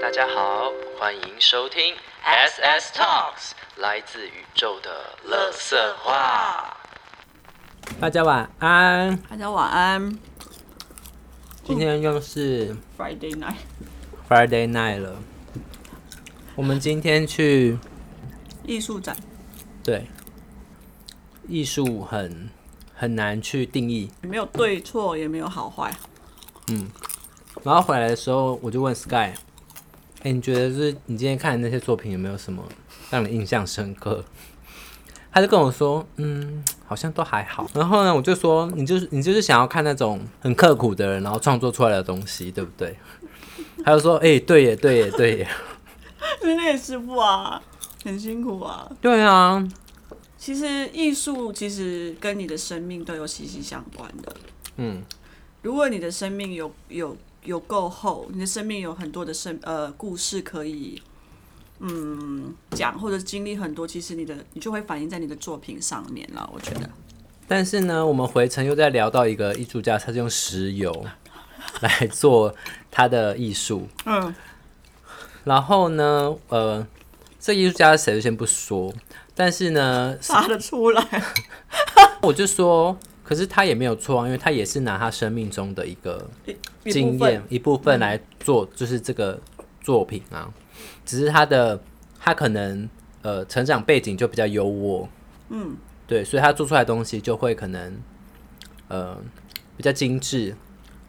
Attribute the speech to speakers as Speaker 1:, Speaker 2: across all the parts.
Speaker 1: 大家好，欢迎收听 SS Talks，来自宇宙的乐色话。大家晚安，
Speaker 2: 大家晚安
Speaker 1: 今天又是
Speaker 2: ，Friday night，
Speaker 1: Friday night 了。我们今天去
Speaker 2: 艺术展，
Speaker 1: 对艺术很很难去定义，
Speaker 2: 没有对错，也没有好坏，
Speaker 1: 然后回来的时候我就问 Sky，哎、你觉得就是你今天看的那些作品有没有什么让你印象深刻？他就跟我说，嗯，好像都还好。然后呢，我就说，你就是你就是想要看那种很刻苦的人，然后创作出来的东西，对不对？他就说，哎、对耶，对耶，对耶，
Speaker 2: 因为那也师傅啊，很辛苦啊。
Speaker 1: 对啊，
Speaker 2: 其实艺术其实跟你的生命都有息息相关的。
Speaker 1: 嗯，
Speaker 2: 如果你的生命有有有够厚，你的生命有很多的生呃故事可以嗯讲，或者经历很多，其实你的你就会反映在你的作品上面了。我觉得
Speaker 1: 但是呢，我们回程又在聊到一个艺术家，他是用石油来做他的艺术。
Speaker 2: 嗯。
Speaker 1: 然后呢，呃，这个艺术家是谁就先不说，但是呢，
Speaker 2: 发得出来，
Speaker 1: 我就说，可是他也没有错啊，因为他也是拿他生命中的一个
Speaker 2: 一部
Speaker 1: 经
Speaker 2: 分嗯
Speaker 1: 验一部分来做，就是这个作品啊。只是他的他可能呃成长背景就比较优渥，
Speaker 2: 嗯，
Speaker 1: 对，所以他做出来的东西就会可能呃比较精致，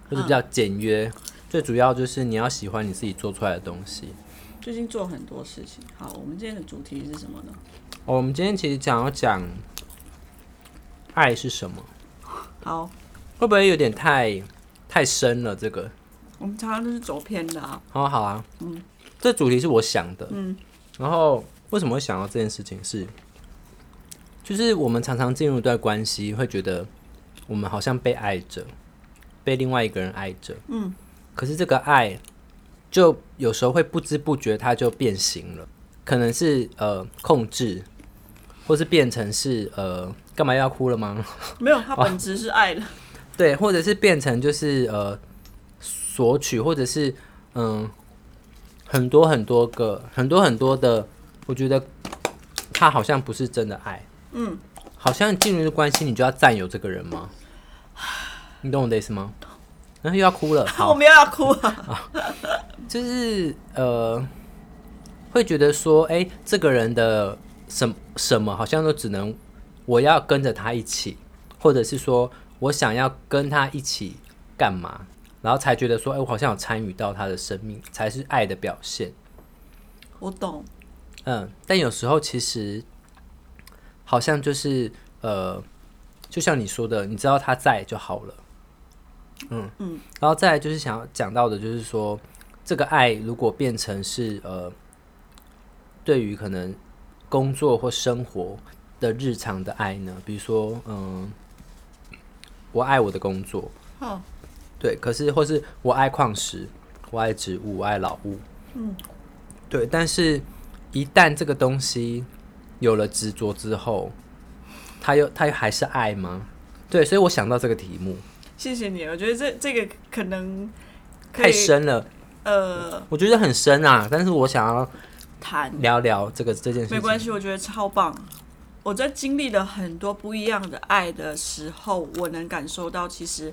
Speaker 1: 或者
Speaker 2: 嗯
Speaker 1: 比较简约。最主要就是你要喜欢你自己做出来的东西。
Speaker 2: 最近做很多事情。好，我们今天的主题是什么呢？
Speaker 1: 哦我们今天其实想要讲爱是什么，
Speaker 2: 好，
Speaker 1: 会不会有点太太深了？这个
Speaker 2: 我们常常都是走偏的啊。
Speaker 1: 哦，好啊，嗯，这主题是我想的，
Speaker 2: 嗯，
Speaker 1: 然后为什么会想到这件事情是，就是我们常常进入一段关系，会觉得我们好像被爱着，被另外一个人爱着，嗯，可是这个爱就有时候会不知不觉它就变形了，可能是呃控制，或是变成是呃干嘛要哭了吗？
Speaker 2: 没有，它本质是爱的。
Speaker 1: 对，或者是变成就是呃索取，或者是嗯很多很多个很多很多的，我觉得他好像不是真的爱，嗯，好像进入一个关系你就要占有这个人吗？你懂我的意思吗？然后又要哭了，好
Speaker 2: 我，没有要哭啊。
Speaker 1: 就是呃，会觉得说，哎、这个人的什什么好像都只能我要跟着他一起，或者是说我想要跟他一起干嘛，然后才觉得说，哎、我好像有参与到他的生命，才是爱的表现。
Speaker 2: 我懂，
Speaker 1: 嗯，但有时候其实好像就是呃，就像你说的，你知道他在就好了。嗯嗯，然后再来就是想要讲到的，就是说这个爱如果变成是呃，对于可能工作或生活的日常的爱呢，比如说嗯、我爱我的工作，
Speaker 2: 哦，
Speaker 1: 对，可是或是我爱矿石，我爱植物，我爱老物，嗯，对。但是，一旦这个东西有了执着之后，它又它又还是爱吗？对，所以我想到这个题目
Speaker 2: 谢谢你。我觉得这这个可能可
Speaker 1: 太
Speaker 2: 以
Speaker 1: 深了，
Speaker 2: 呃
Speaker 1: 我觉得很深啊。但是我想要
Speaker 2: 谈，
Speaker 1: 聊聊这个这件事情，
Speaker 2: 没关系，我觉得超棒。我在经历了很多不一样的爱的时候，我能感受到，其实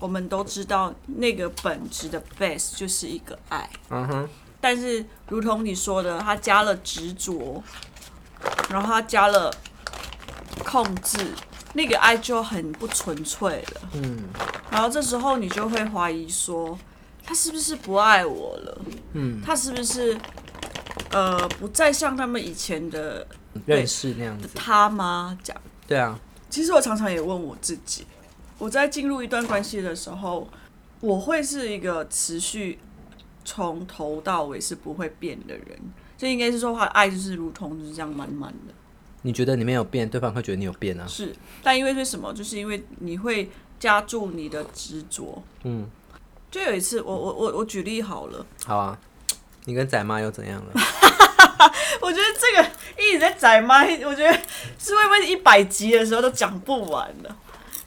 Speaker 2: 我们都知道那个本质的 base 就是一个爱，
Speaker 1: 嗯哼，
Speaker 2: 但是如同你说的，它加了执着，然后它加了控制，那个爱就很不纯粹了。
Speaker 1: 嗯
Speaker 2: 然后这时候你就会怀疑说，他是不是不爱我了？
Speaker 1: 嗯，
Speaker 2: 他是不是呃不再像他们以前的
Speaker 1: 认识那样子，
Speaker 2: 他吗？这样，
Speaker 1: 对啊，
Speaker 2: 其实我常常也问我自己，我在进入一段关系的时候，我会是一个持续从头到尾是不会变的人。这应该是说，他的爱就是如同就是这样满满的。
Speaker 1: 你觉得你没有变，对方会觉得你有变啊？
Speaker 2: 是，但因为为什么？就是因为你会加注你的执着。
Speaker 1: 嗯，
Speaker 2: 就有一次，我我我我举例好了，
Speaker 1: 好啊，你跟仔妈又怎样了？
Speaker 2: 我觉得这个一直在宰麦，我觉得是会不会一百集的时候都讲不完的。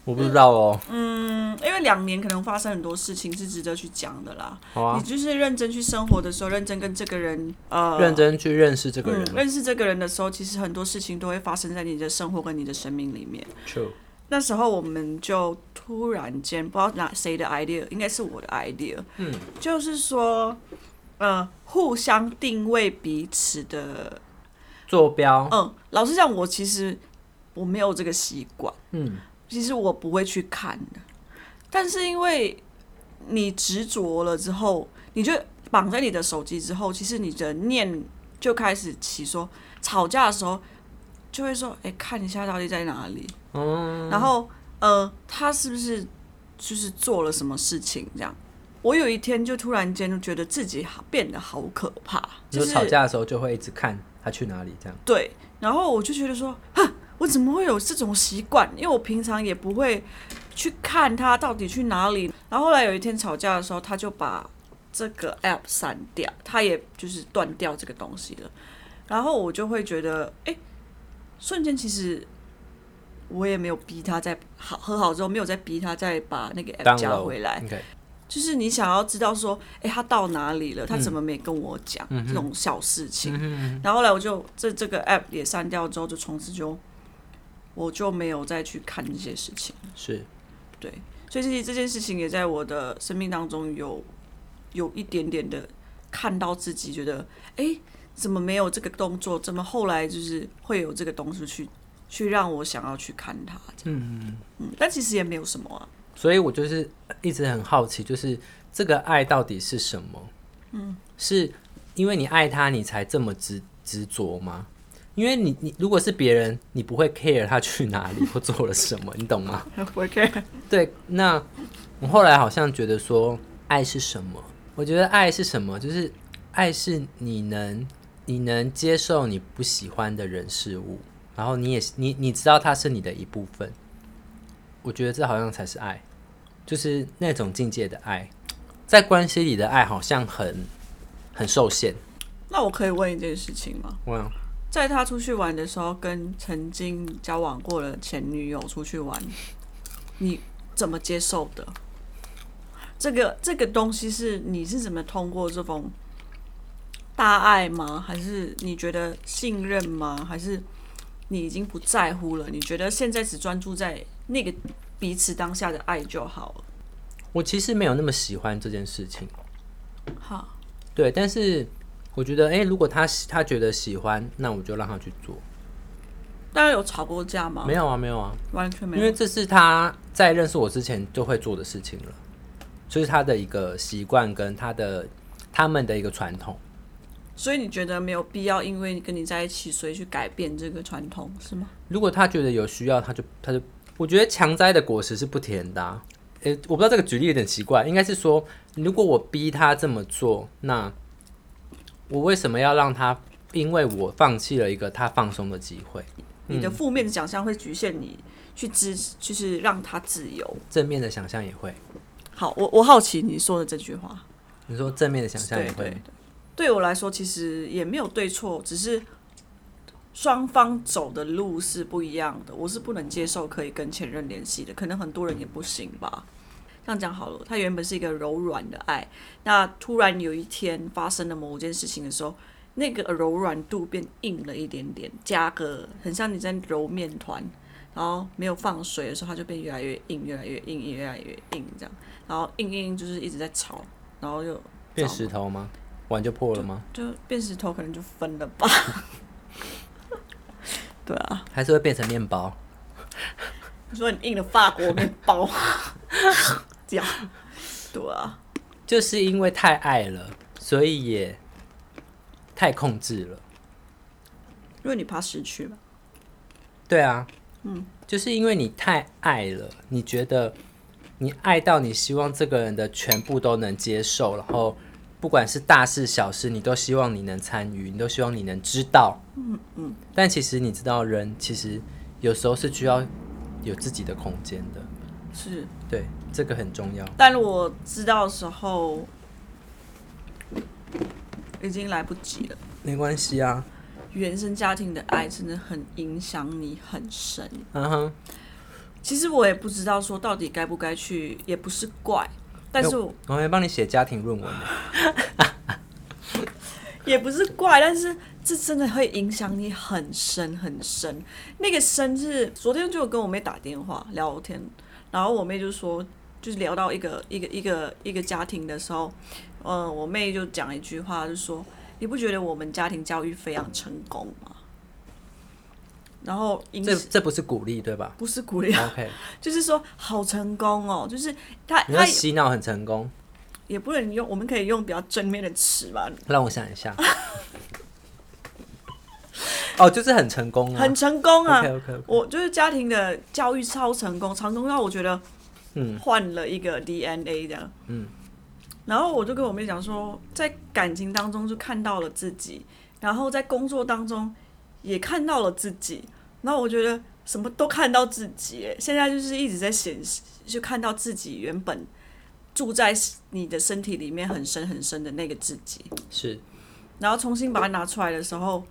Speaker 1: 我不知道哦。
Speaker 2: 嗯，因为两年可能发生很多事情是值得去讲的啦。
Speaker 1: 好啊
Speaker 2: 你，就是认真去生活的时候，认真跟这个人呃
Speaker 1: 认真去认识这个
Speaker 2: 嗯
Speaker 1: 人。
Speaker 2: 认识这个人的时候，其实很多事情都会发生在你的生活跟你的生命里面。
Speaker 1: True，
Speaker 2: 那时候我们就突然间不知道哪谁的 idea，应该是我的 idea，嗯，就是说，呃，互相定位彼此的，
Speaker 1: 坐标，
Speaker 2: 嗯，老实讲，我其实我没有这个习惯，
Speaker 1: 嗯，
Speaker 2: 其实我不会去看的，但是因为你执着了之后，你就绑在你的手机之后，其实你的念就开始起说，吵架的时候就会说，哎、看一下到底在哪里，
Speaker 1: 哦
Speaker 2: 嗯，然后呃，他是不是就是做了什么事情这样？我有一天就突然间就觉得自己好变得好可怕，
Speaker 1: 你
Speaker 2: 就
Speaker 1: 就是吵架的时候就会一直看他去哪里这样。
Speaker 2: 对，然后我就觉得说，哼，我怎么会有这种习惯？因为我平常也不会去看他到底去哪里。然后后来有一天吵架的时候，他就把这个 app 删掉，他也就是断掉这个东西了。然后我就会觉得，哎、瞬间其实我也没有逼他再好和好之后，没有再逼他再把那个
Speaker 1: 哎
Speaker 2: app 加
Speaker 1: Download
Speaker 2: 回来。
Speaker 1: OK，
Speaker 2: 就是你想要知道说，哎、他到哪里了？他怎么没跟我讲、这种小事情？嗯然后后来我就这这个 app 也删掉之后，就从此就我就没有再去看这些事情。
Speaker 1: 是
Speaker 2: 对，所以其实这件事情也在我的生命当中有有一点点的看到自己，觉得哎、诶怎么没有这个动作？怎么后来就是会有这个东西去去让我想要去看它？嗯嗯，但其实也没有什么啊。
Speaker 1: 所以我就是一直很好奇，就是这个爱到底是什么？嗯，是因为你爱他，你才这么执执着吗？因为你你如果是别人，你不会 care 他去哪里或做了什么，你懂吗？
Speaker 2: 我可以
Speaker 1: 对，那我后来好像觉得说，爱是什么？我觉得爱是什么？就是爱是你能你能接受你不喜欢的人事物，然后你也你你知道它是你的一部分。我觉得这好像才是爱，就是那种境界的爱，在关系里的爱好像很很受限。
Speaker 2: 那我可以问一件事情吗？
Speaker 1: 哇、
Speaker 2: 在他出去玩的时候，跟曾经交往过的前女友出去玩，你怎么接受的？这个这个东西是你是怎么通过这种大爱吗？还是你觉得信任吗？还是你已经不在乎了？你觉得现在只专注在那个彼此当下的爱就好了？
Speaker 1: 我其实没有那么喜欢这件事情。
Speaker 2: 好，
Speaker 1: 对，但是我觉得，诶，如果他喜他觉得喜欢，那我就让他去做。
Speaker 2: 大家有吵过架吗
Speaker 1: 没？有啊，没有啊，
Speaker 2: 完全没
Speaker 1: 因
Speaker 2: 有。
Speaker 1: 为这是他在认识我之前就会做的事情了，就是他的一个习惯跟他的他们的一个传统。
Speaker 2: 所以你觉得没有必要因为跟你在一起，所以去改变这个传统是吗？
Speaker 1: 如果他觉得有需要，他就他就，我觉得强摘的果实是不甜的、啊。诶、我不知道这个举例有点奇怪，应该是说，如果我逼他这么做，那我为什么要让他因为我放弃了一个他放松的机会？
Speaker 2: 你的负面的想象会局限你去支，就是让他自由。
Speaker 1: 正面的想象也会，
Speaker 2: 好，我我好奇你说的这句话，
Speaker 1: 你说正面的想象
Speaker 2: 对
Speaker 1: 也会
Speaker 2: 对，对我来说其实也没有对错，只是双方走的路是不一样的。我是不能接受可以跟前任联系的，可能很多人也不行吧。这样讲好了，他原本是一个柔软的爱，那突然有一天发生了某件事情的时候，那个柔软度变硬了一点点，加个很像你在揉面团，然后没有放水的时候，它就变越来越硬，越来越硬，越来越硬这样，然后硬硬就是一直在吵，然后又
Speaker 1: 变石头吗？碗就破了吗？
Speaker 2: 就变石头可能就分了吧。 对啊，
Speaker 1: 还是会变成面包？
Speaker 2: 你说你印了法国面包，这样，对啊，
Speaker 1: 就是因为太爱了，所以也太控制了。
Speaker 2: 因为你怕失去嘛。
Speaker 1: 对啊，嗯，就是因为你太爱了，你觉得你爱到你希望这个人的全部都能接受，然后不管是大事小事，你都希望你能参与，你都希望你能知道。嗯嗯。但其实你知道人，其实有时候是需要有自己的空间的。
Speaker 2: 是，
Speaker 1: 对，这个很重要。
Speaker 2: 但如果知道的时候，已经来不及了。
Speaker 1: 没关系啊，
Speaker 2: 原生家庭的爱真的很影响你很深。
Speaker 1: 嗯哼，
Speaker 2: 其实我也不知道说到底该不该去，也不是怪，但是我
Speaker 1: 我还没帮你写家庭论文呢。
Speaker 2: 也不是怪，但是这真的会影响你很深很深。那个深是昨天就有跟我妹打电话聊天，然后我妹就说，就是聊到一个一个一个一个家庭的时候，嗯，我妹就讲一句话，就说你不觉得我们家庭教育非常成功吗？然后影
Speaker 1: 这这不是鼓励对吧
Speaker 2: 不是鼓励，
Speaker 1: ？OK，
Speaker 2: 就是说好成功哦，就是他
Speaker 1: 你说
Speaker 2: 他
Speaker 1: 洗脑很成功，
Speaker 2: 也不能用，我们可以用比较正面的词嘛，
Speaker 1: 让我想一下。 哦，就是很成功啊，
Speaker 2: 很成功啊。
Speaker 1: OK OK，
Speaker 2: 我就是家庭的教育超成功，成功到我觉得，
Speaker 1: 嗯，
Speaker 2: 换了一个 DNA 的，嗯。然后我就跟我妹讲说，在感情当中就看到了自己，然后在工作当中也看到了自己。然后我觉得什么都看到自己耶，现在就是一直在显示，就看到自己原本住在你的身体里面很深很深的那个自己。
Speaker 1: 是
Speaker 2: 然后重新把它拿出来的时候，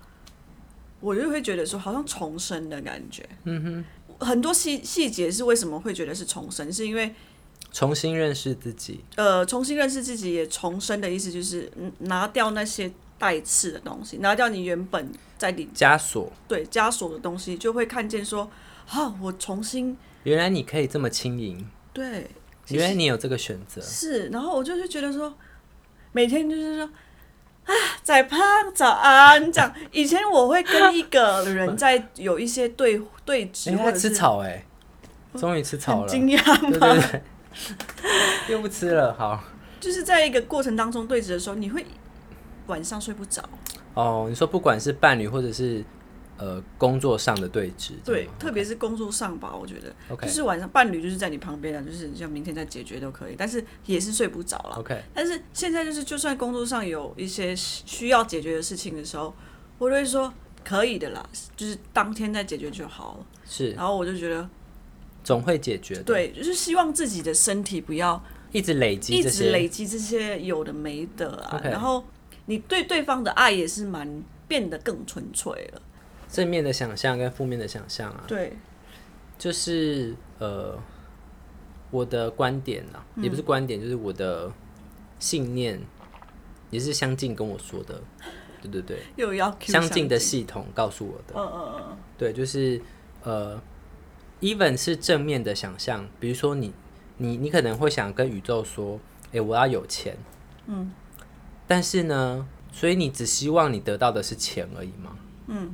Speaker 2: 我就会觉得说好像重生的感觉。嗯哼，很多细细节是为什么会觉得是重生，是因为
Speaker 1: 重新认识自己，
Speaker 2: 呃重新认识自己，也重生的意思就是嗯拿掉那些带刺的东西，拿掉你原本在里
Speaker 1: 枷锁。
Speaker 2: 对枷锁的东西，就会看见说啊我重新
Speaker 1: 原来你可以这么轻盈，
Speaker 2: 对
Speaker 1: 原来你有这个选择。
Speaker 2: 是，然后我就是觉得说，每天就是说，啊，仔胖早安这样。以前我会跟一个人在有一些对对峙，
Speaker 1: 哎，
Speaker 2: 或
Speaker 1: 他
Speaker 2: 者
Speaker 1: 吃
Speaker 2: 是
Speaker 1: 草哎，终于吃草
Speaker 2: 很
Speaker 1: 了，
Speaker 2: 惊讶
Speaker 1: 对
Speaker 2: 吗？
Speaker 1: 对 对，又不吃了，好。
Speaker 2: 就是在一个过程当中对峙的时候，你会晚上睡不着，
Speaker 1: 哦，你说不管是伴侣或者是呃工作上的对峙，
Speaker 2: 对，特别是工作上吧，我觉得
Speaker 1: 嗯，OK
Speaker 2: 就是晚上伴侣就是在你旁边的，就是像明天再解决都可以，但是也是睡不着了。
Speaker 1: OK，
Speaker 2: 但是现在就是，就算工作上有一些需要解决的事情的时候，我就会说可以的啦，就是当天再解决就好了。
Speaker 1: 是
Speaker 2: 然后我就觉得，
Speaker 1: 总会解决的，，
Speaker 2: 对，就是希望自己的身体不要
Speaker 1: 一直累积
Speaker 2: 一
Speaker 1: 这
Speaker 2: 直
Speaker 1: 些，
Speaker 2: 累积这些有的没的啊。
Speaker 1: OK
Speaker 2: 然后你对对方的爱也是蛮变得更纯粹了。
Speaker 1: 正面的想象跟负面的想象啊，
Speaker 2: 对，
Speaker 1: 就是呃，我的观点啊，也不是观点，就是我的信念，也是相近跟我说的，对对对，
Speaker 2: 又要 Q
Speaker 1: 相近的系统告诉我的，
Speaker 2: 嗯嗯嗯，
Speaker 1: 对，就是呃，even 是正面的想象，比如说你你你可能会想跟宇宙说，诶，我要有钱，嗯，但是呢，所以你只希望你得到的是钱而已吗？嗯，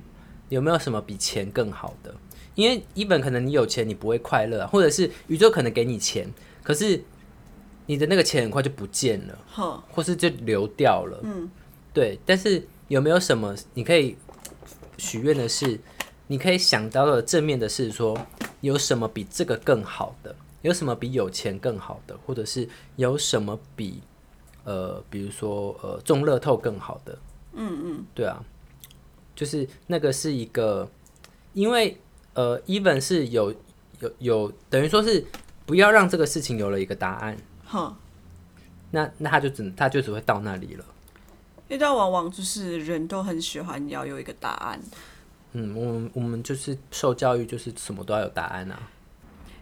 Speaker 1: 有没有什么比钱更好的？因为 even 可能你有钱你不会快乐啊、或者是宇宙可能给你钱，可是你的那个钱很快就不见了。
Speaker 2: 哼，
Speaker 1: 或是就流掉了。嗯，对。但是有没有什么你可以许愿的是，你可以想到的正面的是说，有什么比这个更好的？有什么比有钱更好的？或者是有什么比呃，比如说呃中乐透更好的？嗯嗯，对啊，就是那个是一个，因为呃，even 是有有有等于说是不要让这个事情有了一个答案。
Speaker 2: 哼。
Speaker 1: 那那他就只他就只会到那里了。
Speaker 2: 因为到往往就是人都很喜欢要有一个答案，
Speaker 1: 嗯，我们我们就是受教育，就是什么都要有答案啊，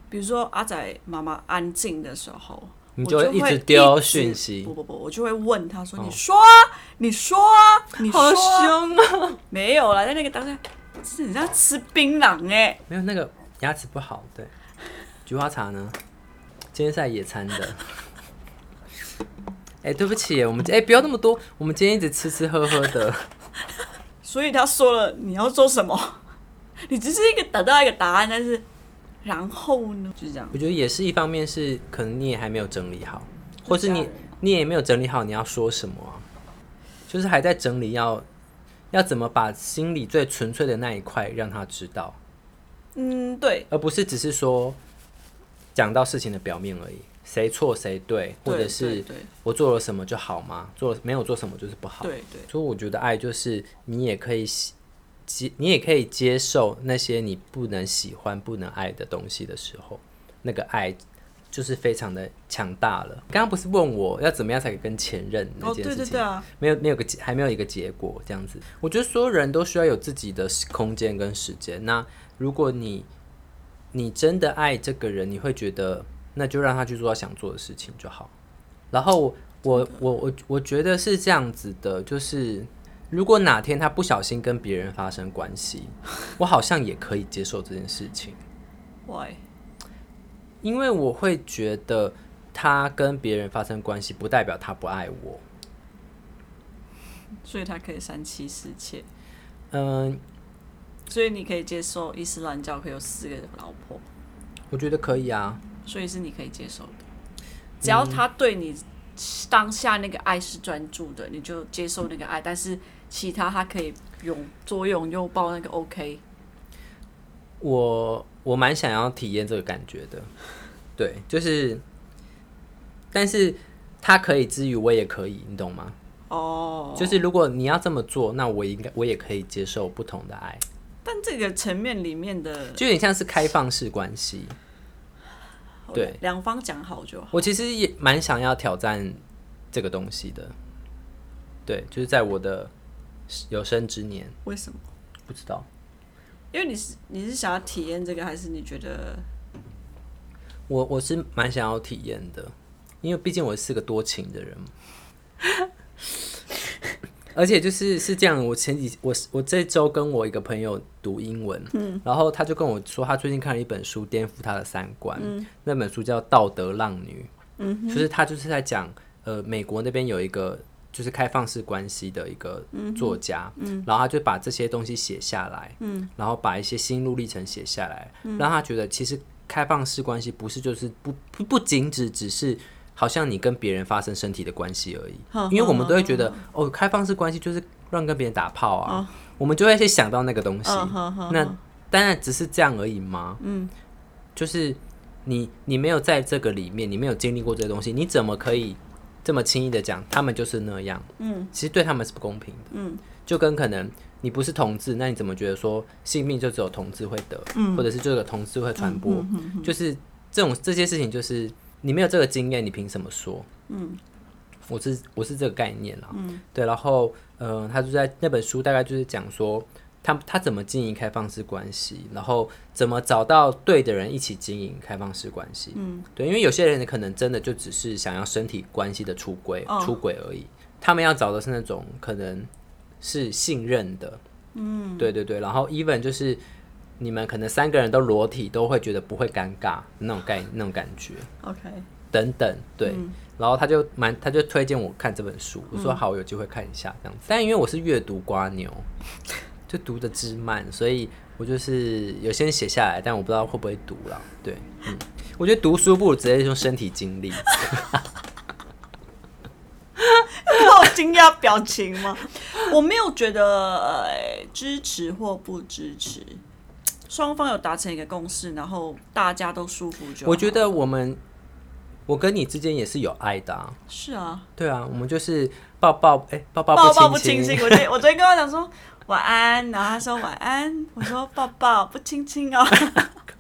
Speaker 2: 比如说阿仔妈妈安静的时候，
Speaker 1: 你
Speaker 2: 就
Speaker 1: 就
Speaker 2: 会
Speaker 1: 一直
Speaker 2: 直
Speaker 1: 丢讯息哦
Speaker 2: 不，不不，我就会问他说：“你说啊，你说啊，你说啊、
Speaker 1: 凶啊！
Speaker 2: 没有啦，在那个当下，是很像吃槟榔哎、
Speaker 1: 没有那个牙齿不好，对。菊花茶呢？今天是来野餐的。 哎、对不起耶，我们哎、不要那么多，我们今天一直吃吃喝喝的。
Speaker 2: 所以他说了，你要做什么？ 你只是一个得到一个答案，但是然后呢，就是这样。
Speaker 1: 我觉得也是一方面是可能你也还没有整理好，或是
Speaker 2: 家
Speaker 1: 你
Speaker 2: 人
Speaker 1: 你也没有整理好你要说什么啊、就是还在整理要要怎么把心里最纯粹的那一块让他知道。
Speaker 2: 嗯，对，
Speaker 1: 而不是只是说讲到事情的表面而已，谁错谁对，或
Speaker 2: 对
Speaker 1: 者
Speaker 2: 对
Speaker 1: 是
Speaker 2: 对
Speaker 1: 我做了什么就好吗？做了没有做什么就是不好。
Speaker 2: 对对，
Speaker 1: 所以我觉得爱就是你也可以喜接，你也可以接受那些你不能喜欢、不能爱的东西的时候，那个爱就是非常的强大了。刚刚不是问我要怎么样才可以跟前任那
Speaker 2: 哦，
Speaker 1: 件
Speaker 2: 对
Speaker 1: 事情？
Speaker 2: 对对啊，
Speaker 1: 没有没有个结还没有一个结果这样子。我觉得所有人都需要有自己的时空间跟时间。那如果你你真的爱这个人，你会觉得那就让他去做他想做的事情就好。然后我我我我我觉得是这样子的，就是如果哪天他不小心跟别人发生关系，我好像也可以接受这件事情，
Speaker 2: Why？
Speaker 1: 因为我会觉得他跟别人发生关系不代表他不爱我。
Speaker 2: 所以他可以三妻四妾，
Speaker 1: 嗯，
Speaker 2: 所以你可以接受伊斯兰教可以有四个老婆，
Speaker 1: 我觉得可以啊。
Speaker 2: 所以是你可以接受的。只要他对你当下那个爱是专注的，你就接受那个爱，但是其他他可以拥左拥右抱那个 OK。
Speaker 1: 我我蛮想要体验这个感觉的， 对，就是，但是他可以之余，我也可以，你懂吗？
Speaker 2: 哦，
Speaker 1: 就是如果你要这么做，那我应该我也可以接受不同的爱，
Speaker 2: 但这个层面里面的
Speaker 1: 就有点像是开放式关系。对，
Speaker 2: 两方讲好就好。
Speaker 1: 我其实也蛮想要挑战这个东西的，对，就是在我的有生之年，
Speaker 2: 为什么？
Speaker 1: 不知道
Speaker 2: 因为你是你是想要体验这个，还是你觉得
Speaker 1: 我我是蛮想要体验的，因为毕竟我是个多情的人嘛。 而且就是是这样，我前几我我这周跟我一个朋友读英文，然后他就跟我说，他最近看了一本书，颠覆他的三观。那本书叫《道德浪女》，就是他就是在讲，呃，美国那边有一个就是开放式关系的一个作家，然后他就把这些东西写下来，然后把一些心路历程写下来，让他觉得其实开放式关系不是就是不不不仅只只是好像你跟别人发生身体的关系而已，因为我们都会觉得哦，开放式关系就是乱跟别人打炮啊，我们就会去想到那个东西。
Speaker 2: 嗯哼哼
Speaker 1: 那当然只是这样而已吗？嗯，就是你你没有在这个里面，你没有经历过这些东西，你怎么可以这么轻易的讲他们就是那样？嗯，其实对他们是不公平的。嗯，就跟可能你不是同志，那你怎么觉得说性病就只有同志会得，或者是这个同志会传
Speaker 2: 嗯
Speaker 1: 播？就是这种这些事情，就是你没有这个经验，你凭什么说？嗯，我是我是这个概念啦。嗯，对，然后呃，他就在那本书大概就是讲说。他他怎么经营开放式关系，然后怎么找到对的人一起经营开放式关系？嗯，对，因为有些人可能真的就只是想要身体关系的出轨、
Speaker 2: 哦
Speaker 1: 出轨而已，他们要找的是那种可能是信任的，嗯，对对对，然后 even 就是你们可能三个人都裸体都会觉得不会尴尬那种概那种感觉，
Speaker 2: OK？
Speaker 1: 等等，对。
Speaker 2: 嗯
Speaker 1: 然后他就蛮，他就推荐我看这本书，我说好，有机会看一下这样子。但因为我是阅读瓜牛，就读的之慢，所以我就是有先写下来，但我不知道会不会读了。对，嗯，我觉得读书不如直接用身体经 历。
Speaker 2: 我惊讶表情吗？我没有觉得、呃、支持或不支持，双方有达成一个共识，然后大家都舒服就好。
Speaker 1: 我觉得我们，我跟你之间也是有爱的、啊，
Speaker 2: 是啊，
Speaker 1: 对啊，我们就是抱抱，哎、抱抱
Speaker 2: 抱抱
Speaker 1: 不
Speaker 2: 不
Speaker 1: 亲
Speaker 2: 亲亲。我昨天我昨天跟他讲说晚安，然后他说晚安，我说抱抱不亲亲哦。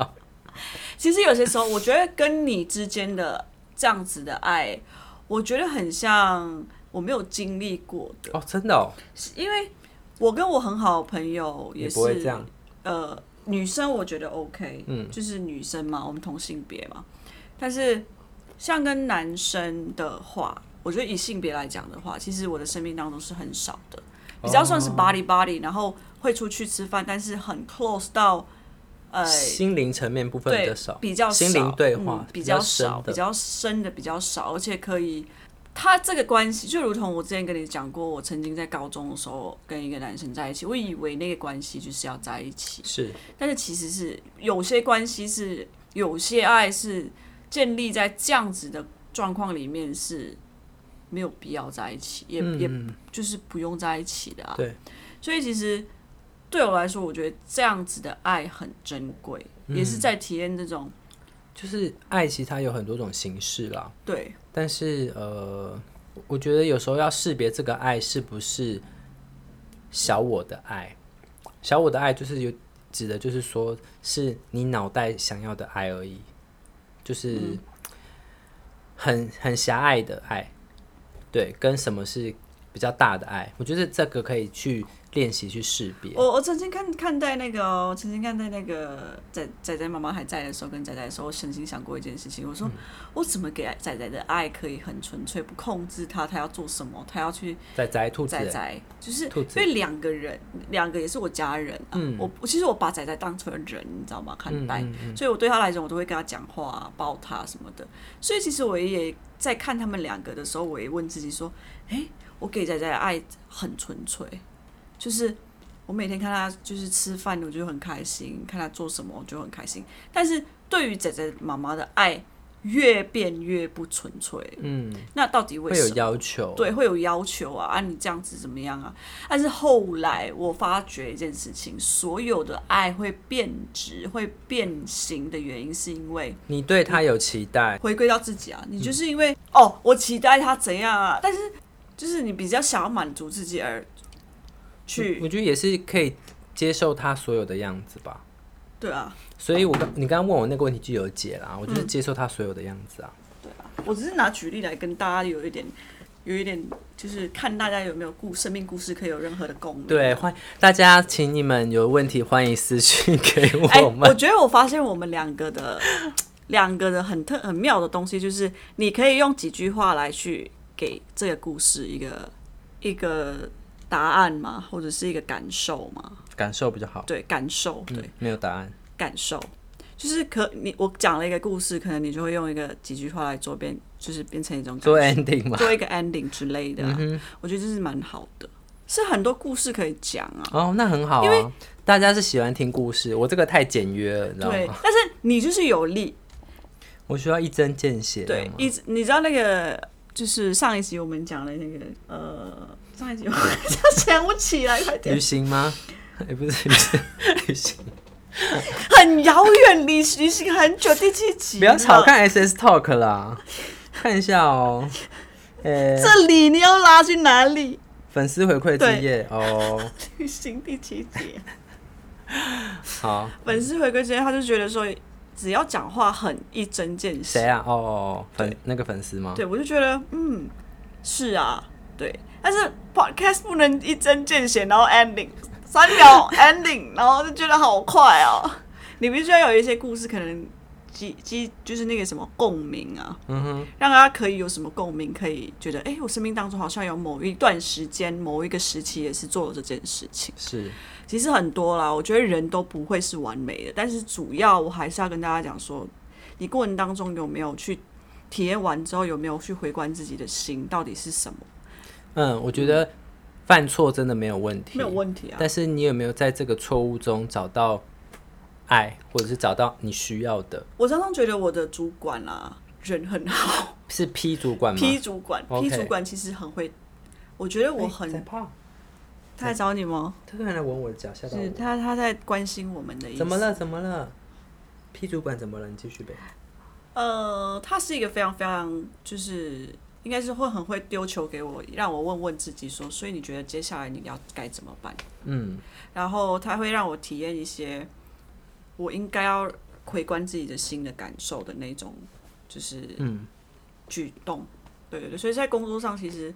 Speaker 2: 其实有些时候，我觉得跟你之间的这样子的爱，我觉得很像我没有经历过的，
Speaker 1: 哦，真的哦，
Speaker 2: 因为我跟我很好的朋友
Speaker 1: 也
Speaker 2: 也是
Speaker 1: 不会这样。
Speaker 2: 呃，女生我觉得 OK，嗯，就是女生嘛，我们同性别嘛。但是像跟男生的话，我觉得以性别来讲的话，其实我的生命当中是很少的，比较算
Speaker 1: 哦
Speaker 2: 是 body body，然后会出去吃饭，但是很 close 到呃
Speaker 1: 心灵层面部分比
Speaker 2: 对
Speaker 1: 较少，
Speaker 2: 比较
Speaker 1: 心
Speaker 2: 少
Speaker 1: 灵对话
Speaker 2: 嗯、比较
Speaker 1: 深
Speaker 2: 少，比
Speaker 1: 的
Speaker 2: 较深的比较少，而且可以。他这个关系就如同我之前跟你讲过，我曾经在高中的时候跟一个男生在一起，我以为那个关系就是要在一起，
Speaker 1: 是
Speaker 2: 但是其实是有些关系是有些爱是建立在这样子的状况里面是没有必要在一起，也、也
Speaker 1: 嗯
Speaker 2: 就是不用在一起的啊。
Speaker 1: 对，
Speaker 2: 所以其实对我来说，我觉得这样子的爱很珍贵，
Speaker 1: 嗯
Speaker 2: 也是在体验这种
Speaker 1: 就是爱，其实它有很多种形式啦。
Speaker 2: 对
Speaker 1: 但是呃，我觉得有时候要识别这个爱是不是小我的爱。小我的爱就是有指的，就是说是你脑袋想要的爱而已，就是
Speaker 2: 嗯
Speaker 1: 很很狭隘的爱。对，跟什么是比较大的爱，我觉得这个可以去练习去识别。
Speaker 2: 我我曾经看看待那个哦，曾经看待那个仔仔仔妈妈还在的时候，跟仔仔的时候，我曾经想过一件事情，我
Speaker 1: 嗯
Speaker 2: 说、我怎么给仔仔的爱可以很纯粹，不控制他，他要做什么，他要去
Speaker 1: 仔仔兔子欸
Speaker 2: 仔仔，就是
Speaker 1: 兔
Speaker 2: 因
Speaker 1: 子
Speaker 2: 为两个人，两个也是我家人啊，我我其实我把仔仔当成人，你知道吗？看待，
Speaker 1: 嗯
Speaker 2: 所以我对他来讲，我都会跟他讲话、啊、抱他什么的。所以其实我也在看他们两个的时候，我也问自己说：“哎、我给仔仔的爱很纯粹，就是我每天看他就是吃饭，我就很开心；看他做什么，我就很开心。但是对于仔仔妈妈的爱越变越不纯粹，
Speaker 1: 嗯，
Speaker 2: 那到底为
Speaker 1: 会
Speaker 2: 什
Speaker 1: 有
Speaker 2: 么？”
Speaker 1: 要求。
Speaker 2: 对，会有要求啊，啊，你这样子怎么样啊？但是后来我发觉一件事情，所有的爱会变质、会变形的原因，是因为
Speaker 1: 你对他有期待，
Speaker 2: 回归到自己啊，你就是因为、哦，我期待他怎样啊，但是就是你比较想要满足自己而去，
Speaker 1: 我觉得也是可以接受他所有的样子吧。
Speaker 2: 对啊，
Speaker 1: 所以我刚你刚刚问我那个问题就有解啦，
Speaker 2: 嗯
Speaker 1: 我就是接受他所有的样子啊。
Speaker 2: 我只是拿举例来跟大家有一点。有一点就是看大家有没有故生命故事可以有任何的共鸣。
Speaker 1: 对，欢大家，请你们有问题欢迎私信给
Speaker 2: 哎、
Speaker 1: 我
Speaker 2: 我
Speaker 1: 们。
Speaker 2: 觉得我发现我们两 个的两个的很特很妙的东西，就是你可以用几句话来去给这个故事一个一个答案嘛，或者是一个感受嘛。
Speaker 1: 感受比较好，
Speaker 2: 对，感受，对，
Speaker 1: 没有答案。
Speaker 2: 感受，就是可你我讲了一个故事，可能你就会用一个几句话来做变，就是变成一种感
Speaker 1: 做 ending 嘛？嗯
Speaker 2: 做一个 ending 之类的啊、我觉得这是蛮好的，是很多故事可以讲啊。
Speaker 1: 哦，那很好啊。大家是喜欢听故事，我这个太简约了，你知道
Speaker 2: 对
Speaker 1: 吗？，
Speaker 2: 但是你就是有力，
Speaker 1: 我需要一针见血。
Speaker 2: 对
Speaker 1: 吗，
Speaker 2: 一直你知道那个就是上一集我们讲的那个呃，上一集我 想不起来，快点
Speaker 1: 旅，行吗？ 哎，不是旅行，旅行。
Speaker 2: 很遥远，离离行很久，第七集，
Speaker 1: 不要吵，，看 SS Talk 啦，看一下哦。 呃，
Speaker 2: 这里你要拉去哪里？
Speaker 1: 粉丝回馈之夜哦，
Speaker 2: 旅行第七集，
Speaker 1: 好，
Speaker 2: 粉丝回归之前，他就觉得说，只要讲话很一针见血，
Speaker 1: 谁啊？哦，粉那个粉丝吗？
Speaker 2: 对我就觉得嗯，是啊，对，但是 podcast 不能一针见血，然后 ending 三秒 ending，然后就觉得好快哦。你必须要有一些故事，可能激激就是那个什么共鸣啊，
Speaker 1: 嗯哼，
Speaker 2: 让大家可以有什么共鸣，可以觉得哎、诶我生命当中好像有某一段时间、某一个时期也是做了这件事情。
Speaker 1: 是，
Speaker 2: 其实很多啦，我觉得人都不会是完美的，但是主要我还是要跟大家讲说，你过程当中有没有去体验完之后，有没有去回观自己的心到底是 什么？
Speaker 1: 嗯，我觉得犯错真的没有问题，
Speaker 2: 没有问题啊，
Speaker 1: 但是你有没有在这个错误中找到爱，或者是找到你需要的？
Speaker 2: 我常常觉得我的主管啊人很 好
Speaker 1: 是 P 主管吗？
Speaker 2: ，P 主管
Speaker 1: OK
Speaker 2: ，P 主管其实很会，我觉得我很，
Speaker 1: 在怕，
Speaker 2: 他来找你吗？
Speaker 1: 他突然来闻我的脚，吓到
Speaker 2: 是
Speaker 1: 我。
Speaker 2: 他他在关心我们的意思。
Speaker 1: 怎么？了？怎么了？P 主管怎么了？你继续呗。
Speaker 2: 呃，他是一个非常非常就是应该是会很会丢球给我，让我问问自己说，所以你觉得接下来你要该怎么办？
Speaker 1: 嗯，
Speaker 2: 然后他会让我体验一些我应该要回观自己的心的感受的那种，就是
Speaker 1: 嗯
Speaker 2: 举动。对对对，所以在工作上其实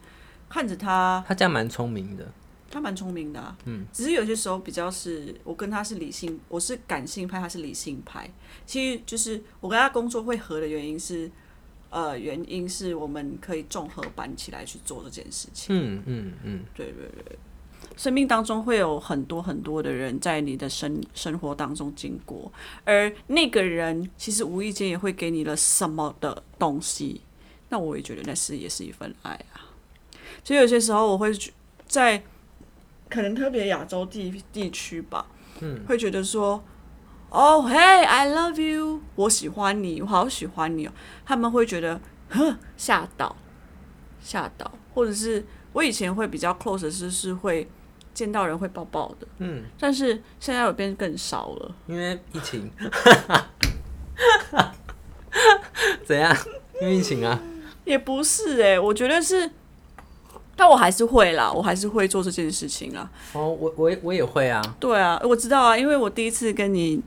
Speaker 2: 看着他，
Speaker 1: 他这样蛮聪明的。
Speaker 2: 他蛮聪明的、啊，嗯，只是有些时候比较是我跟他是理性，我是感性派，他是理性派。其实就是我跟他工作会合的原因是，呃，原因是我们可以综合搬起来去做这件事情。
Speaker 1: 嗯嗯嗯，
Speaker 2: 对对对，生命当中会有很多很多的人在你的生生活当中经过，而那个人其实无意间也会给你了什么的东西，那我也觉得那是也是一份爱啊。所以有些时候我会觉在可能特别亚洲地地区吧，嗯，会觉得说。哦、嘿 i love you，我喜欢你，我好喜欢你哦。他们会觉得，呵，吓到，吓到，或者是我以前会比较 close 的是是会见到人会抱抱的，嗯，但是现在我变更少了。
Speaker 1: 因为疫情， 怎样？因为疫情啊，
Speaker 2: 也不是哎、我觉得是，但我还是会啦，我还是会做这件事情啊啦。
Speaker 1: 哦，我我也我也会啊，
Speaker 2: 对啊，我知道啊，因为我第一次跟你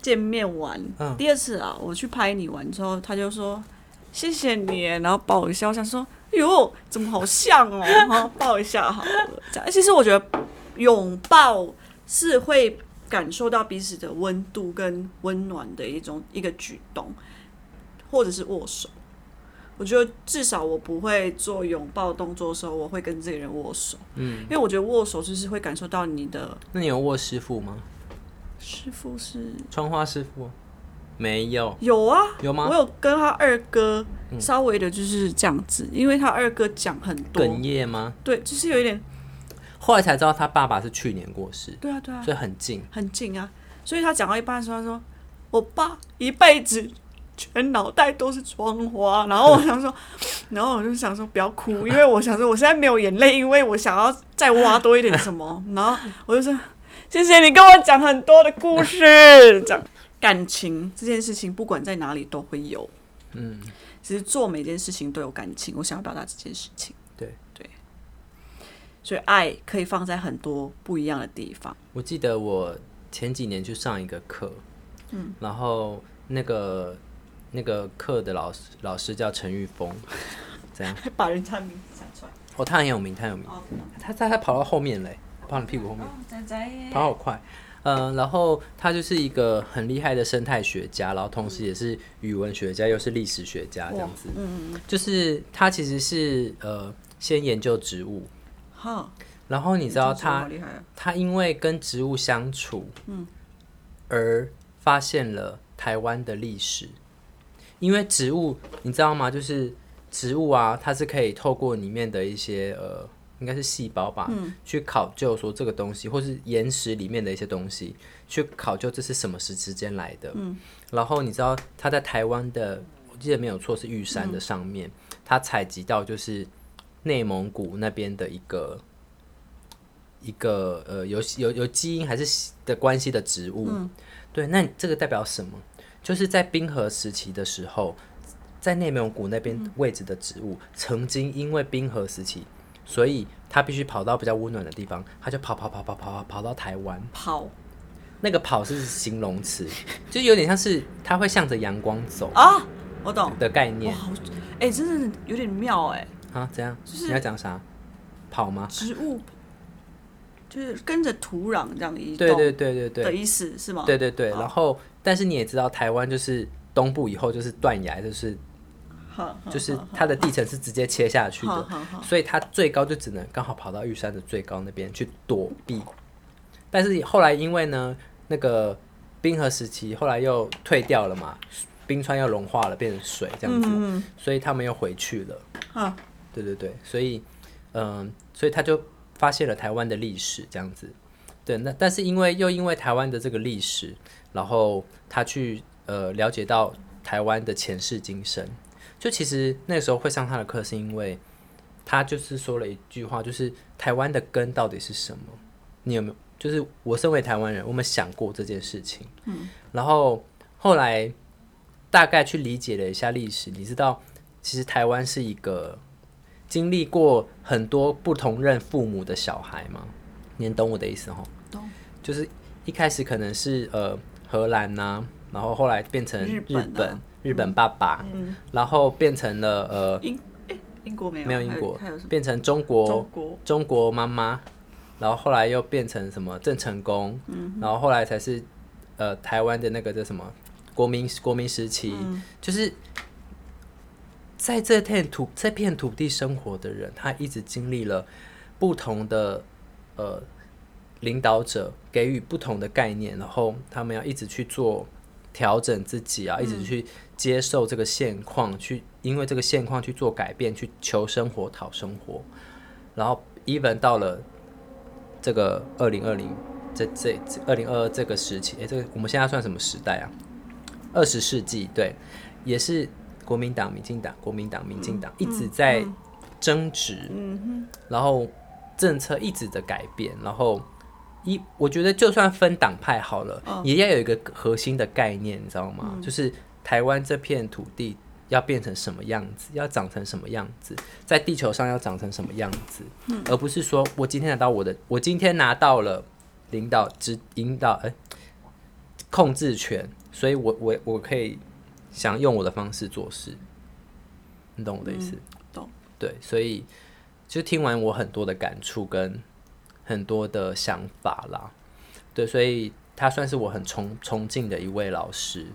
Speaker 2: 见面完，
Speaker 1: 嗯
Speaker 2: 第二次啊，我去拍你完之后，他就说谢谢你，然后抱一下，我想说，哎呦，怎么好像哦，然后抱一下好了。这样，其实我觉得拥抱是会感受到彼此的温度跟温暖的一种一个举动，或者是握手。我觉得至少我不会做拥抱动作的时候，我会跟这个人握手。嗯，因为我觉得握手就是会感受到你的
Speaker 1: 那你有握师傅吗？
Speaker 2: 师傅是
Speaker 1: 窗花师傅没有，
Speaker 2: 有啊，
Speaker 1: 有吗嗯
Speaker 2: 我有跟他二哥稍微的就是这样子，因为他二哥讲很多，
Speaker 1: 哽咽吗？
Speaker 2: 对，就是有一点，
Speaker 1: 后来才知道他爸爸是去年过世，
Speaker 2: 对啊对啊，
Speaker 1: 所以很近。
Speaker 2: 很近啊。所以他讲到一半的时候，他说：“我爸一辈子全脑袋都是窗花。”然后我想说，然后我就想说不要哭，因为我想说我现在没有眼泪，因为我想要再挖多一点什么。然后我就说：“谢谢你跟我讲很多的故事，讲感情这件事情，不管在哪里都会有。”嗯，其实做每件事情都有感情，我想要表达这件事情。
Speaker 1: 对
Speaker 2: 对，所以爱可以放在很多不一样的地方。
Speaker 1: 我记得我前几年去上一个课，嗯，然后那个那个课的老师老师叫陈玉峰，怎样？
Speaker 2: 还 把人家名字讲出来。
Speaker 1: 哦，他很有名，他很有名，
Speaker 2: 哦，
Speaker 1: 他他他跑到后面嘞，跑到你屁股后面。
Speaker 2: 仔仔耶
Speaker 1: 跑好快。嗯，然后他就是一个很厉害的生态学家，然后同时也是语文学家，又是历史学家，这样子。嗯就是他其实是呃先研究植物，
Speaker 2: 哈，
Speaker 1: 然后你知道
Speaker 2: 这个
Speaker 1: 他
Speaker 2: 好厉害啊
Speaker 1: 他因为跟植物相处，嗯，而发现了台湾的历史。因为植物，你知道吗？就是植物啊，它是可以透过里面的一些呃，应该是细胞吧，去考究说这个东西，或是岩石里面的一些东西，去考究这是什么时之间来的。嗯，然后你知道他在台湾的，我记得没有错是玉山的上面，他采集到就是内蒙古那边的一个一个呃有有有基因还是的关系的植物。
Speaker 2: 嗯
Speaker 1: 对，那这个代表什么？就是在冰河时期的时候，在内蒙古那边
Speaker 2: 嗯
Speaker 1: 位置的植物，曾经因为冰河时期，所以它必须跑到比较温暖的地方，它就跑跑跑跑跑跑跑到台湾。
Speaker 2: 跑
Speaker 1: 那个跑是形容 词，就有点像是它会向着阳光走
Speaker 2: 啊！我懂，
Speaker 1: 的概
Speaker 2: 哇，
Speaker 1: 念
Speaker 2: 好，哎、真的有点妙哎、
Speaker 1: 啊？怎样？
Speaker 2: 就是
Speaker 1: 你要讲啥？跑吗？
Speaker 2: 植物就是跟着土壤这样移动
Speaker 1: 对对对对对
Speaker 2: 的意思是吗？
Speaker 1: 对对对。
Speaker 2: 好
Speaker 1: 然后，但是你也知道，台湾就是东部以后就是断崖，就是
Speaker 2: 好，好
Speaker 1: 就是
Speaker 2: 好
Speaker 1: 它的地层是直接切下去
Speaker 2: 嗯好
Speaker 1: 的，
Speaker 2: 好好，
Speaker 1: 所以它最高就只能刚好跑到玉山的最高那边去躲避。但是后来因为呢，那个冰河时期后来又退掉了嘛，冰川又融化了，变成水这样子，所以他们又回去了。
Speaker 2: 好，
Speaker 1: 对对对，所以嗯、所以他就发现了台湾的历史这样子。对，那但是因为又因为台湾的这个历史，然后他去呃了解到台湾的前世今生。就其实那时候会上他的课，是因为他就是说了一句话，就是台湾的根到底是什么？你有没有？就是我身为台湾人，我们想过这件事情。嗯，然后后来大概去理解了一下历史，你知道，其实台湾是一个经历过很多不同任父母的小孩吗？你能懂我的意思哦？
Speaker 2: 懂。
Speaker 1: 就是一开始可能是呃荷兰呐、然后后来变成
Speaker 2: 日
Speaker 1: 日
Speaker 2: 本啊
Speaker 1: 本嗯日本爸爸，然后变成了呃
Speaker 2: 英哎、英国没有
Speaker 1: 没有
Speaker 2: 还
Speaker 1: 英国哦
Speaker 2: 还有什，么？
Speaker 1: 变成中
Speaker 2: 中
Speaker 1: 国
Speaker 2: 国
Speaker 1: 中国妈妈，然后后来又变成什么郑成功，然后后来才是呃台湾的那个叫什么国民国民时期，就是在这片土这片土地生活的人，他一直经历了不同的呃领导者给予不同的概念，然后他们要一直去做调整自己啊，一直去接受这个现况，去因为这个现况去做改变，去求生活、讨生活。然后，even 到了这个二零二零这这二零二二这个时期，诶，这个我们现在算什么时代啊？二十世纪，对，也是国民党、民进党、国民党、民进党、一直在争执，然后政策一直的改变，然后一我觉得就算分党派好了，也要有一个核心的概念，你知道吗？就是台湾这片土地要变成什么样子，要长成什么样子，在地球上要长成什么样子，而不是说我今天拿到我的，我今天拿到了领导指引导，哎、控制权，所以我我我可以想用我的方式做事，你懂我的意思？
Speaker 2: 懂。
Speaker 1: 对，所以就听完我很多的感触跟很多的想法啦。对，所以他算是我很崇崇敬的一位老师。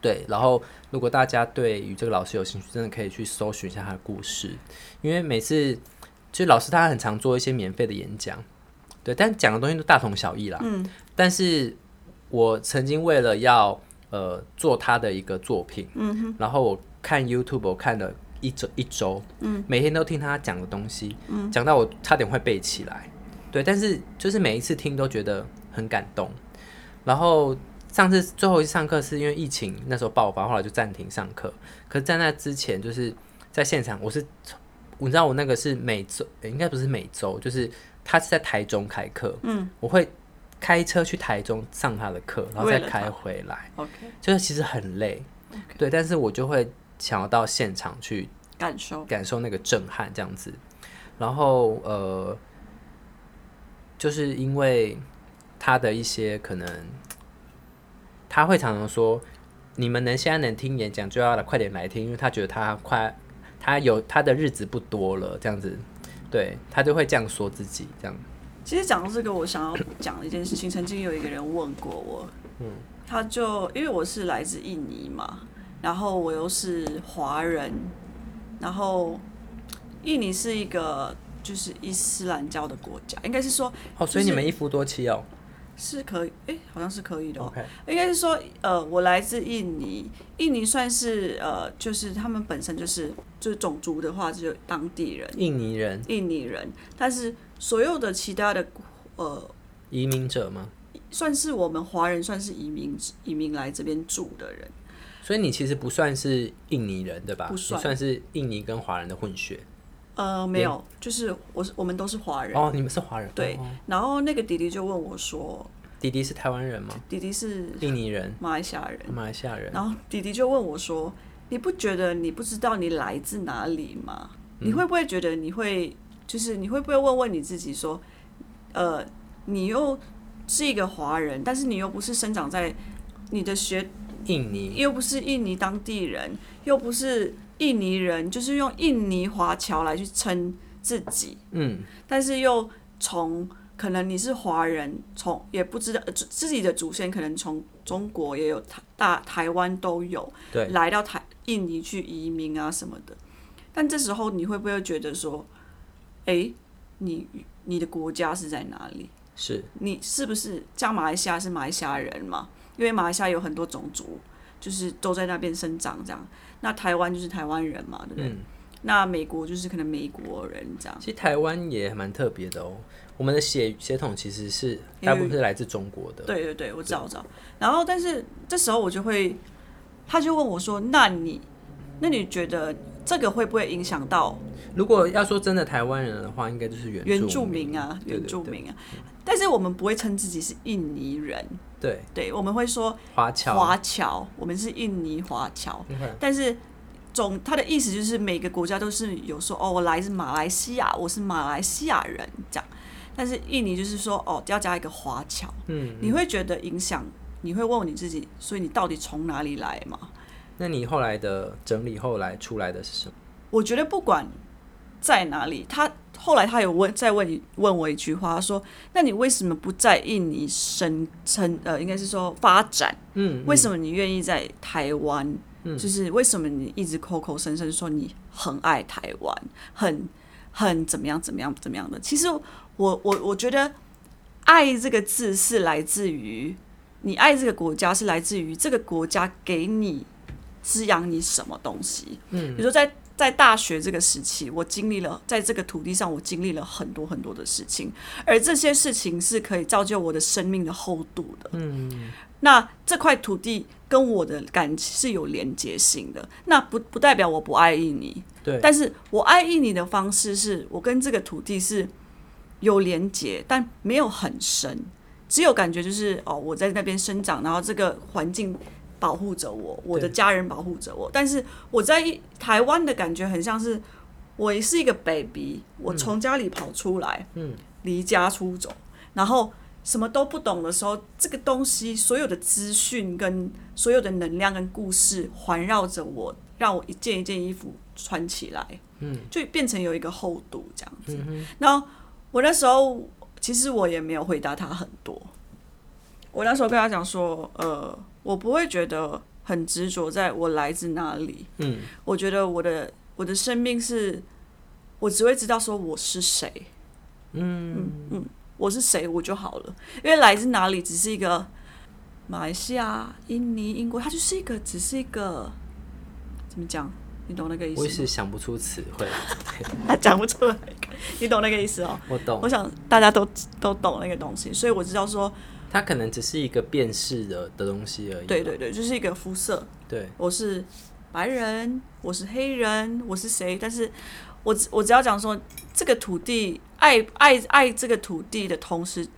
Speaker 1: 对，然后如果大家对于这个老师有兴趣，真的可以去搜寻一下他的故事，因为每次其实老师他很常做一些免费的演讲，对，但讲的东西都大同小异啦。嗯，但是我曾经为了要呃做他的一个作品，嗯哼，然后我看 YouTube 我看了一周一周，嗯，每天都听他讲的东西，嗯，讲到我差点会背起来。对，但是就是每一次听都觉得很感动。然后上次最后一次上课是因为疫情那时候爆发，后来就暂停上课。可是在那之前，就是在现场，我是你知道我那个是每周，诶应该不是每周，就是他是在台中开课，嗯，我会开车去台中上他的课，然后再
Speaker 2: 为了他
Speaker 1: 开回来，
Speaker 2: OK，
Speaker 1: 就是其实很累对，但是我就会想要到现场去
Speaker 2: 感受
Speaker 1: 感受那个震撼这样子。然后呃，就是因为他的一些可能，他会常常说，你们能现在能听演讲就要来快点来听，因为他觉得他快，他有他的日子不多了这样子，对他就会这样说自己这样。
Speaker 2: 其实讲到这个，我想要讲的一件事情，曾经有一个人问过我，嗯，他就因为我是来自印尼嘛，然后我又是华人，然后印尼是一个就是伊斯兰教的国家，应该是说
Speaker 1: 哦，所以
Speaker 2: 就是
Speaker 1: 你们一夫多妻哦。
Speaker 2: 是可以，诶，好像是可以的哦。
Speaker 1: OK，
Speaker 2: 应该是说，呃，我来自印尼，印尼算是呃，就是他们本身就是就是种族的话，就是当地人，
Speaker 1: 印尼人
Speaker 2: 印尼人，但是所有的其他的呃，
Speaker 1: 移民者吗？
Speaker 2: 算是我们华人算是移民移民来这边住的人，
Speaker 1: 所以你其实不算是印尼人对吧？
Speaker 2: 不算
Speaker 1: 你算是印尼跟华人的混血。
Speaker 2: 呃，没有，就是我是我们都是华人。
Speaker 1: 哦，你们是华人。
Speaker 2: 对
Speaker 1: 哦，
Speaker 2: 然后那个弟弟就问我说，
Speaker 1: 弟弟是台湾人吗？
Speaker 2: 弟弟是
Speaker 1: 印尼人、
Speaker 2: 马来西亚人，
Speaker 1: 马来西亚人。
Speaker 2: 然后弟弟就问我说：“你不觉得你不知道你来自哪里吗？你会不会觉得你会就是你会不会问问你自己说，呃，你又是一个华人，但是你又不是生长在你的学，
Speaker 1: 印尼
Speaker 2: 又不是印尼当地人，又不是印尼人，就是用印尼华侨来去称自己，
Speaker 1: 嗯，
Speaker 2: 但是又从。”可能你是华人，从也不知道呃自自己的祖先可能从中国也有台大台湾都有，
Speaker 1: 对，
Speaker 2: 来到台印尼去移民啊什么的。但这时候你会不会觉得说，诶，你你的国家是在哪里？
Speaker 1: 是
Speaker 2: 你是不是像马来西亚是马来西亚人嘛？因为马来西亚有很多种族，就是都在那边生长这样。那台湾就是台湾人嘛，对不对？
Speaker 1: 嗯
Speaker 2: 那美国就是可能美国人这样。
Speaker 1: 其实台湾也蛮特别的哦。我们的血血统其实是
Speaker 2: 因为
Speaker 1: 大部分是来自中国的，
Speaker 2: 对对对，我知道我知道。然后，但是这时候我就会，他就问我说：“那你，那你觉得这个会不会影响到
Speaker 1: 如果要说真的台湾人的话，应该就是原
Speaker 2: 原
Speaker 1: 住
Speaker 2: 住民啊，
Speaker 1: 对
Speaker 2: 原住民啊。但是我们不会称自己是印尼人，
Speaker 1: 对
Speaker 2: 对，我们会说
Speaker 1: 华侨。
Speaker 2: 华侨，我们是印尼华侨。
Speaker 1: OK
Speaker 2: 但是总他的意思就是每个国家都是有说哦，我来自马来西亚，我是马来西亚人这样。但是印尼就是说哦，要加一个华侨，
Speaker 1: 嗯，
Speaker 2: 你会觉得影响，你会问你自己，所以你到底从哪里来嘛？
Speaker 1: 那你后来的整理后来出来的是什么？
Speaker 2: 我觉得不管在哪里，他后来他有问再问你问我一句话，他说：“那你为什么不在印尼生成呃，应该是说发展？
Speaker 1: 嗯，
Speaker 2: 为什么你愿意在台湾？就是为什么你一直口口声声说你很爱台湾，很很怎么样怎么样怎么样的？其实我我我觉得‘爱’这个字是来自于你爱这个国家，是来自于这个国家给你滋养你什么东西。嗯，比如说在在大学这个时期，我经历了在这个土地上，我经历了很多很多的事情，而这些事情是可以造就我的生命的厚度的。嗯，那这块土地跟我的感情是有连结性的，那不不代表我不爱印尼，
Speaker 1: 对，
Speaker 2: 但是我爱印尼的方式是我跟这个土地是有连结，但没有很深，只有感觉就是哦，我在那边生长，然后这个环境保护着我，我的家人保护着我。但是我在一台湾的感觉很像是我是一个 baby，我从家里跑出来，嗯，离家出走，然后。什么都不懂的时候，这个东西所有的资讯跟所有的能量跟故事环绕着我，让我一件一件衣服穿起来，嗯，就变成有一个厚度这样子。然后我那时候其实我也没有回答他很多。我那时候跟他讲说，呃，我不会觉得很执着在我来自哪里，
Speaker 1: 嗯，
Speaker 2: 我觉得我的我的生命是，我只会知道说我是谁，
Speaker 1: 嗯
Speaker 2: 我是谁我就好了，因为来自哪里只是一个马来西亚、印尼、英国，它就是一个只是一个怎么讲？你懂那个意思
Speaker 1: 我一
Speaker 2: 吗？
Speaker 1: 时想不出词 汇，
Speaker 2: 他讲不出来，你懂那个意思哦？
Speaker 1: 我懂
Speaker 2: 我。想大家都都懂那个东西，所以我知道说，
Speaker 1: 它可能只是一个辨识的的东西而已。
Speaker 2: 对对对，就是一个肤色，
Speaker 1: 对，
Speaker 2: 我是白人，我是黑人，我是谁？但是我只我只要讲说，这个土地爱爱爱这个土地的同时，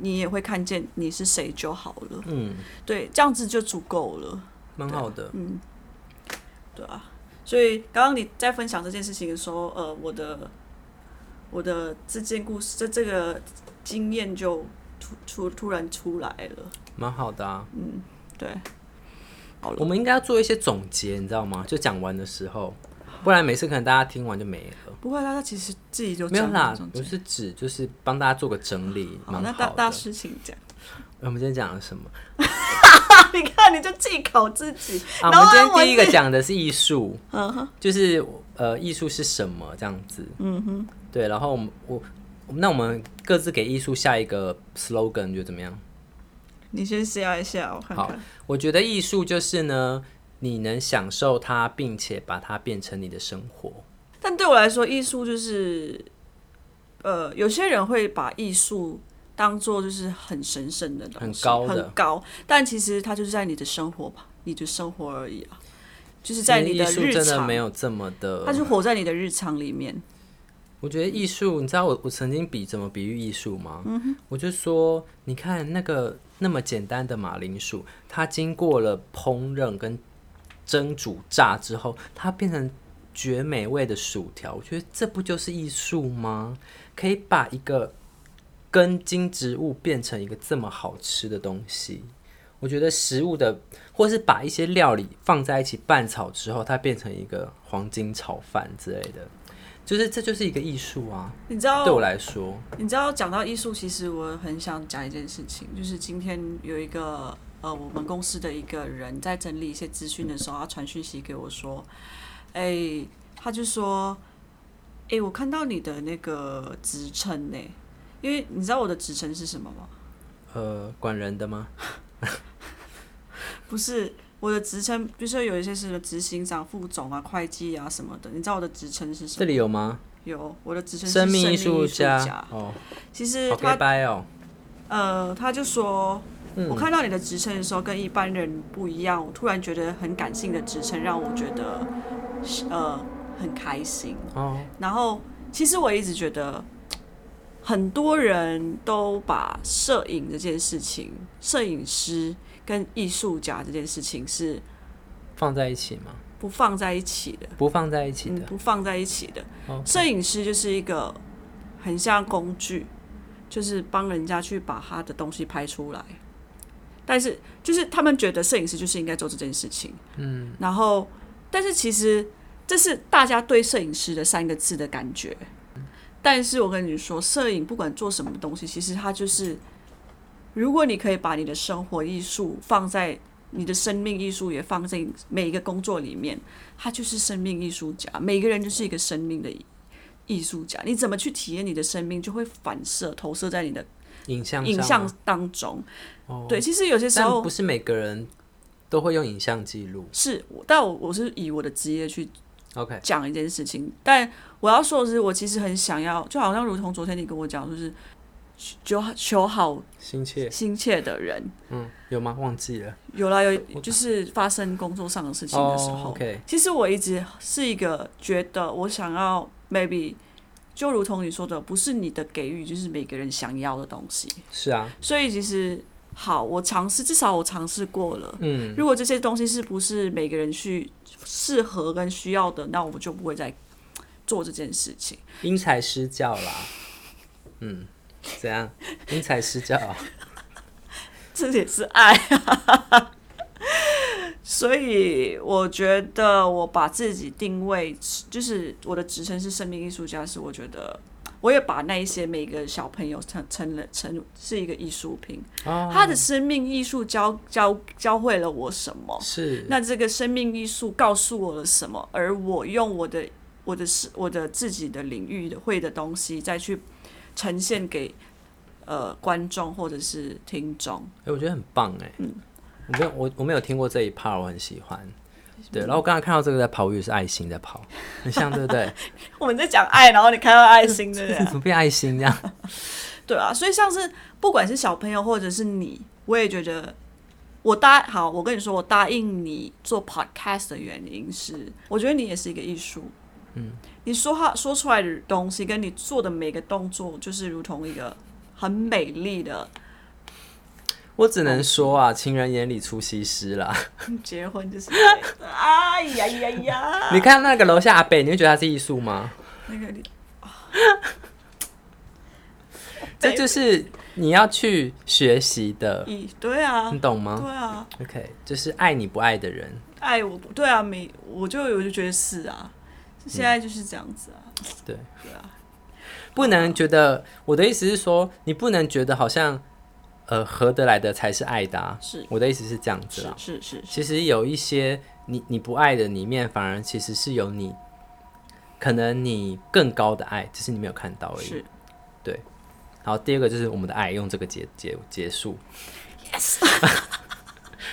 Speaker 2: 你也会看见你是谁就好了。
Speaker 1: 嗯，
Speaker 2: 对，这样子就足够了，嗯
Speaker 1: 蛮好的。
Speaker 2: 对啊。所以刚刚你在分享这件事情的时候，呃，我的我的这件故事，这这个经验就突突突然出来了，
Speaker 1: 蛮好的啊。
Speaker 2: 对。
Speaker 1: 我们应该要做一些总结，你知道吗？就讲完的时候，不然每次可能大家听完就没了。
Speaker 2: 不会啦，他其实自己就
Speaker 1: 没有
Speaker 2: 讲
Speaker 1: 啦
Speaker 2: 这种，
Speaker 1: 我是指就是帮大家做个整理，
Speaker 2: 好，
Speaker 1: 蛮
Speaker 2: 那大
Speaker 1: 好
Speaker 2: 大
Speaker 1: 的。哎
Speaker 2: 师请讲。
Speaker 1: 我们今天讲了 什么？
Speaker 2: 你看，你就自己考自己。
Speaker 1: 啊，
Speaker 2: 然
Speaker 1: 我
Speaker 2: 后
Speaker 1: 们今天第一个
Speaker 2: 是，
Speaker 1: 讲的是艺术，
Speaker 2: 嗯哼，
Speaker 1: 就是呃，艺术是什么这样子。嗯哼，对。然后我们我我那我们各自给艺术下一个 slogan，你觉得怎么样？
Speaker 2: 你先试一下，我看
Speaker 1: 好
Speaker 2: 看。，
Speaker 1: 我觉得艺术就是呢，你能享受它，并且把它变成你的生活。
Speaker 2: 但对我来说，艺术就是，呃，有些人会把艺术当做就是很神圣的东西，
Speaker 1: 很高的
Speaker 2: 很高，但其实它就是在你的生活吧，你的生活而已啊，就是在你
Speaker 1: 艺术
Speaker 2: 日
Speaker 1: 真的
Speaker 2: 常
Speaker 1: 没，有这么的
Speaker 2: 它。就活在你的日常里面。
Speaker 1: 我觉得艺术，你知道我我曾经比怎么比喻艺术吗？我就说，你看那个那么简单的马铃薯，它经过了烹饪跟蒸煮炸之后，它变成绝美味的薯条。我觉得这不就是艺术吗？可以把一个根茎植物变成一个这么好吃的东西。我觉得食物的，或是把一些料理放在一起拌炒之后，它变成一个黄金炒饭之类的，就是这就是一个艺术啊。
Speaker 2: 你知道
Speaker 1: 对我来说，
Speaker 2: 你知道讲到艺术，其实我很想讲一件事情，就是今天有一个呃，我们公司的一个人在整理一些资讯的时候，他传讯息给我说，哎、他就说，哎、我看到你的那个职称呢，因为你知道我的职称是什么吗？
Speaker 1: 呃，管人的吗？
Speaker 2: 不是我的职称，比如说有一些是执行长、副总啊、会计啊什么的，你知道我的职称是什
Speaker 1: 这
Speaker 2: 么？
Speaker 1: 里有吗？
Speaker 2: 有我的职称是
Speaker 1: 生命
Speaker 2: 艺
Speaker 1: 艺术
Speaker 2: 家。
Speaker 1: 哦，
Speaker 2: 其实
Speaker 1: 好
Speaker 2: 他
Speaker 1: gay 拜哦。
Speaker 2: 呃，他就说，我看到你的职称的时候跟一般人不一样，我突然觉得很感性的职称让我觉得，呃，很开心。
Speaker 1: 哦，
Speaker 2: 然后其实我一直觉得，很多人都把摄影这件事情，摄影师跟艺术家这件事情是
Speaker 1: 放在一起吗？
Speaker 2: 不放在一起的，
Speaker 1: 不放在一起
Speaker 2: 嗯
Speaker 1: 的，。
Speaker 2: 不放在一起的。
Speaker 1: 哦，
Speaker 2: 摄影师就是一个很像工具，就是帮人家去把他的东西拍出来。但是，就是他们觉得摄影师就是应该做这件事情，嗯。然后，但是其实这是大家对摄影师的三个字的感觉。但是我跟你说，摄影不管做什么东西，其实它就是，如果你可以把你的生活艺术放在你的生命艺术也放在每一个工作里面，他就是生命艺术家。每个人就是一个生命的艺术家，你怎么去体验你的生命，就会反射投射在你的
Speaker 1: 影像
Speaker 2: 嗯影
Speaker 1: 上
Speaker 2: 像
Speaker 1: 吗
Speaker 2: 当中。
Speaker 1: 哦，
Speaker 2: 对，其实有些时
Speaker 1: 但
Speaker 2: 候
Speaker 1: 不是每个人都会用影像记录。
Speaker 2: 是，我但我我是以我的职业去
Speaker 1: OK，
Speaker 2: 讲一件事情，但我要说的是，我其实很想要，就好像如同昨天你跟我讲，就是求求好
Speaker 1: 心切，
Speaker 2: 心切的人，
Speaker 1: 嗯，有吗？忘记了。
Speaker 2: 有啦有，就是发生工作上的事情的时候
Speaker 1: 哦，OK
Speaker 2: 其实我一直是一个觉得我想要 maybe 就如同你说的，不是你的给予，就是每个人想要的东西。
Speaker 1: 是啊，
Speaker 2: 所以其实好，我尝试，至少我尝试过了。
Speaker 1: 嗯，
Speaker 2: 如果这些东西是不是每个人去适合跟需要的，那我就不会再做这件事情。
Speaker 1: 因材施教啦。嗯，怎样？因材施教啊。
Speaker 2: 这也是爱、啊。所以我觉得我把自己定位就是我的职称是生命艺术家，是我觉得我也把那一些每个小朋友成成了成是一个艺术品，
Speaker 1: 哦，
Speaker 2: 他的生命艺术教教教会了我什么？
Speaker 1: 是
Speaker 2: 那这个生命艺术告诉我了什么？而我用我的我的是我的自己的领域的会的东西，再去呈现给呃观众或者是听众。
Speaker 1: 哎、我觉得很棒哎、
Speaker 2: 嗯
Speaker 1: 我没有我我没有听过这一 part，我很喜欢。对，然后我刚才看到这个在跑，我以为是爱心在 跑，很像对不对？
Speaker 2: 我们在讲爱，然后你看到爱心，对不啊对？
Speaker 1: 怎么变爱心这样？
Speaker 2: 对啊，所以像是不管是小朋友或者是你，我也觉得我答好，我跟你说，我答应你做 podcast 的原因是，我觉得你也是一个艺术。嗯，你说话说出来的东西，跟你做的每个动作，就是如同一个很美丽的
Speaker 1: 我只能说
Speaker 2: 嗯
Speaker 1: 啊，情人眼里出西施啦。
Speaker 2: 结婚，就是哎呀呀呀，
Speaker 1: 你看那个楼下阿北，你会觉得他是艺术吗？
Speaker 2: 那个你
Speaker 1: 这就是你要去学习的，
Speaker 2: 咦，对啊
Speaker 1: 你，懂吗
Speaker 2: 对啊，
Speaker 1: ？OK，就是爱你不爱的人。
Speaker 2: 爱我不对啊，没我就我就觉得是啊，现在就是这样子啊，
Speaker 1: 对
Speaker 2: 对啊，
Speaker 1: 不能觉得我的意思是说，你不能觉得好像呃合得来的才是爱的、啊。
Speaker 2: 是
Speaker 1: 我的意思是这样子
Speaker 2: 是
Speaker 1: 啦。
Speaker 2: 是是
Speaker 1: 其实有一些你你不爱的里面，反而其实是有你可能你更高的爱，只是你没有看到而已。
Speaker 2: 是
Speaker 1: 然后第二个就是我们的爱，用这个结结结束。Yes，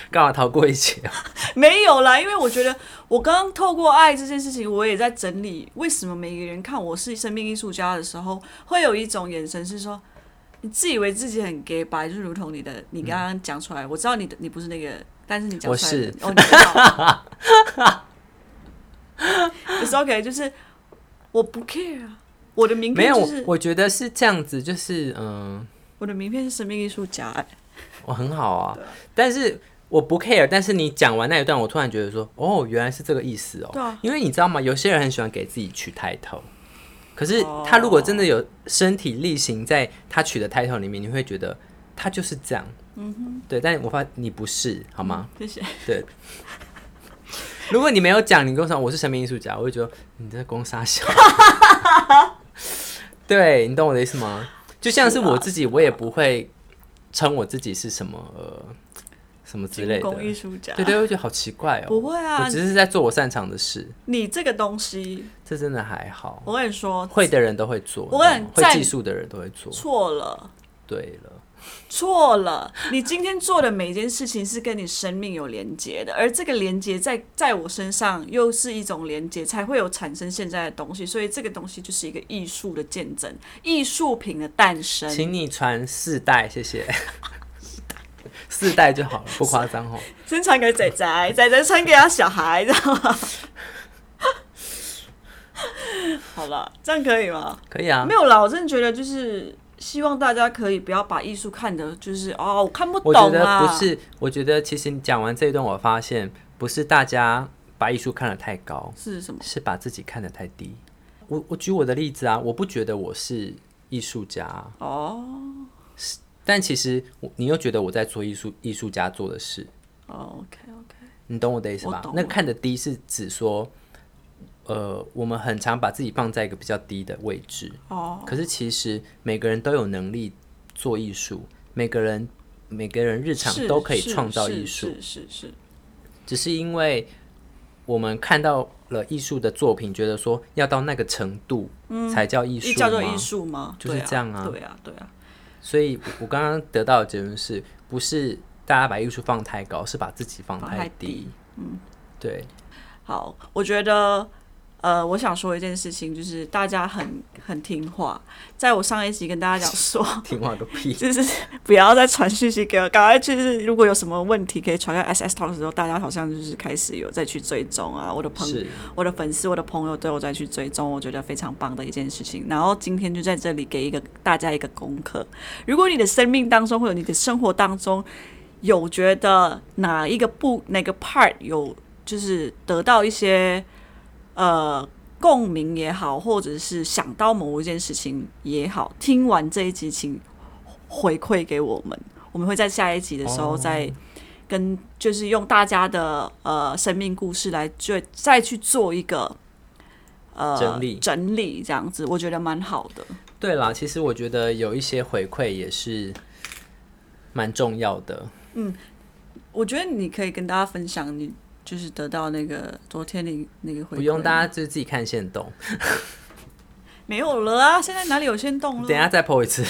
Speaker 1: 干嘛逃过一劫？
Speaker 2: 没有啦，因为我觉得我刚刚透过爱这件事情，我也在整理为什么每个人看我是生命艺术家的时候，会有一种眼神是说，你自以为自己很 gay 白，就如同你的你刚刚讲出来，我知道你的你不是那个，但是你讲
Speaker 1: 我
Speaker 2: 出来的
Speaker 1: 是，
Speaker 2: 哦，你知道 ，it's OK，就是我不 care 啊，我的名
Speaker 1: 没
Speaker 2: 片
Speaker 1: 有，
Speaker 2: 就
Speaker 1: 我
Speaker 2: 是
Speaker 1: 我觉得是这样子，就是嗯，
Speaker 2: 我的名片是生命艺术家、哎
Speaker 1: 我很好啊，但是我不 care。但是你讲完那一段，我突然觉得说，哦，原来是这个意思哦。
Speaker 2: 对啊
Speaker 1: 因为你知道吗？有些人很喜欢给自己取 title，可是他如果真的有身体力行在他取的 title 里面，你会觉得他就是这样。嗯哼，对。但我发你不是，好吗？
Speaker 2: 谢谢。
Speaker 1: 对。如果你没有讲，你跟我说我是神秘艺术家，我会觉得嗯你在攻杀小。对你懂我的意思吗？就像是我自己，我也不会称我自己是什么呃什么之类
Speaker 2: 精
Speaker 1: 的。
Speaker 2: 工艺术家，
Speaker 1: 对对，我会觉得好奇怪哦。
Speaker 2: 不会啊
Speaker 1: 我，只是在做我擅长的事，
Speaker 2: 你这个东西，
Speaker 1: 这真的还好。
Speaker 2: 我跟你说，
Speaker 1: 会的人都会做，
Speaker 2: 我很
Speaker 1: 你懂吗会
Speaker 2: 赞
Speaker 1: 技术的人都会做。
Speaker 2: 错了。
Speaker 1: 对了，
Speaker 2: 错了，你今天做的每一件事情是跟你生命有连接的，而这个连接在在我身上又是一种连接，才会有产生现在的东西。所以这个东西就是一个艺术的见证，艺术品的诞生。
Speaker 1: 请你传四代，谢 谢。四代就好了，不夸张哦。
Speaker 2: 先传给仔仔，仔仔传给他小孩，知道吗？ 好了，这样可以吗？
Speaker 1: 可以啊
Speaker 2: 没。有啦，我真的觉得就是希望大家可以不要把艺术看的，就是哦，我看不
Speaker 1: 我觉
Speaker 2: 懂
Speaker 1: 得
Speaker 2: 啊。
Speaker 1: 不是，我觉得其实你讲完这一段，我发现不是大家把艺术看得太高，
Speaker 2: 是什么？
Speaker 1: 是把自己看得太低。我我举我的例子啊，我不觉得我是艺术家，啊
Speaker 2: 哦
Speaker 1: 但其实我你又觉得我在做艺术艺术家做的事，
Speaker 2: 哦，OK OK。
Speaker 1: 你懂我的意思吧
Speaker 2: 我？懂
Speaker 1: 那看得低是指说，呃，我们很常把自己放在一个比较低的位置，
Speaker 2: 哦，
Speaker 1: 可是其实每个人都有能力做艺术，每个人每个人日常
Speaker 2: 是
Speaker 1: 都可以
Speaker 2: 是
Speaker 1: 创造
Speaker 2: 是
Speaker 1: 艺术。
Speaker 2: 是是是，
Speaker 1: 只是因为我们看到了艺术的作品，觉得说要到那个程度才叫艺术、
Speaker 2: 嗯一
Speaker 1: 吗？
Speaker 2: 叫做艺术吗？
Speaker 1: 就是
Speaker 2: 对啊
Speaker 1: 这样啊
Speaker 2: 对啊，对啊，
Speaker 1: 所以我，我刚刚得到的结论是不是大家把艺术放太高，是把自己放
Speaker 2: 放太
Speaker 1: 低？
Speaker 2: 低嗯
Speaker 1: 对，
Speaker 2: 好，我觉得，呃，我想说一件事情，就是大家很很听话。在我上一集跟大家讲说，
Speaker 1: 听话个屁！
Speaker 2: 就是不要再传讯息给我，赶快就是如果有什么问题可以传到 SS Talk 的时候，大家好像就是开始有再去追踪啊，我的朋
Speaker 1: 是
Speaker 2: 我的粉丝、我的朋友都有在去追踪，我觉得非常棒的一件事情。然后今天就在这里给一个大家一个功课：如果你的生命当中或者你的生活当中有觉得哪一个部哪个 part 有就是得到一些呃共鸣也好，或者是想到某一件事情也好，听完这一集请回馈给我们，我们会在下一集的时候
Speaker 1: 哦
Speaker 2: 再。跟就是用大家的呃生命故事来就再去做一个呃
Speaker 1: 整理
Speaker 2: 整理这样子，我觉得蛮好的。
Speaker 1: 对啦，其实我觉得有一些回馈也是蛮重要的。
Speaker 2: 我觉得你可以跟大家分享你就是得到那个昨天的那个回馈，
Speaker 1: 不用大家就是自己看线动，
Speaker 2: 没有了啊！现在哪里有先动了？啊
Speaker 1: 等一下再 po 一次，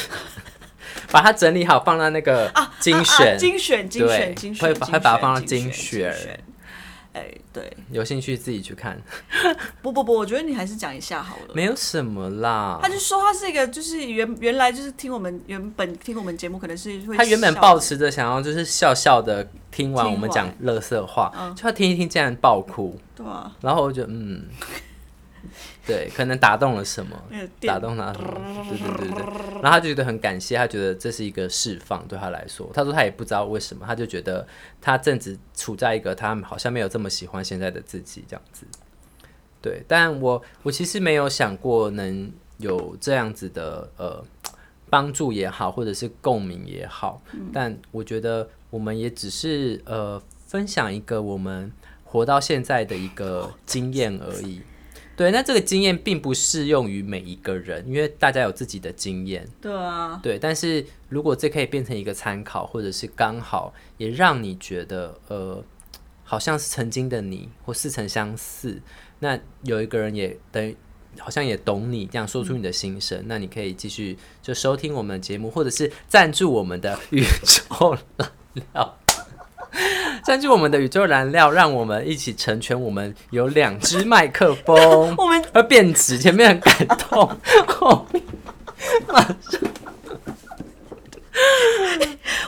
Speaker 1: 把它整理好放到那个精选。
Speaker 2: 啊啊精选，精
Speaker 1: 对
Speaker 2: 选，精选，
Speaker 1: 会把会把它放到
Speaker 2: 精
Speaker 1: 精选
Speaker 2: 选。哎，对，
Speaker 1: 有兴趣自己去看，
Speaker 2: 不不不，我觉得你还是讲一下好了。
Speaker 1: 没有什么啦
Speaker 2: 他。就说他是一个，就是原原来就是听我们原本听我们节目，可能是会
Speaker 1: 他原本
Speaker 2: 笑
Speaker 1: 抱持着想要就是笑笑的听完
Speaker 2: 听
Speaker 1: 我们
Speaker 2: 完
Speaker 1: 讲乐色话，
Speaker 2: 嗯
Speaker 1: 就他听一听竟然爆哭，
Speaker 2: 对啊，
Speaker 1: 然后我就嗯，对，可能打动了什么，
Speaker 2: 那个电
Speaker 1: 打动他什么，对对对对。然后他就觉得很感谢，他觉得这是一个释放对他来说。他说他也不知道为什么，他就觉得他正值处在一个他好像没有这么喜欢现在的自己这样子。对，但我我其实没有想过能有这样子的呃帮助也好，或者是共鸣也好，但我觉得我们也只是呃分享一个我们活到现在的一个经验而已。对，那这个经验并不适用于每一个人，因为大家有自己的经验。
Speaker 2: 对啊，，
Speaker 1: 对，但是如果这可以变成一个参考，或者是刚好也让你觉得，呃，好像是曾经的你或似曾相似，那有一个人也等于好像也懂你，这样说出你的心声，那你可以继续就收听我们的节目，或者是赞助我们的宇宙燃料。赞助我们的宇宙燃料，让我们一起成全我们有两只麦克风
Speaker 2: 我们
Speaker 1: 会变直，前面很感 动，后面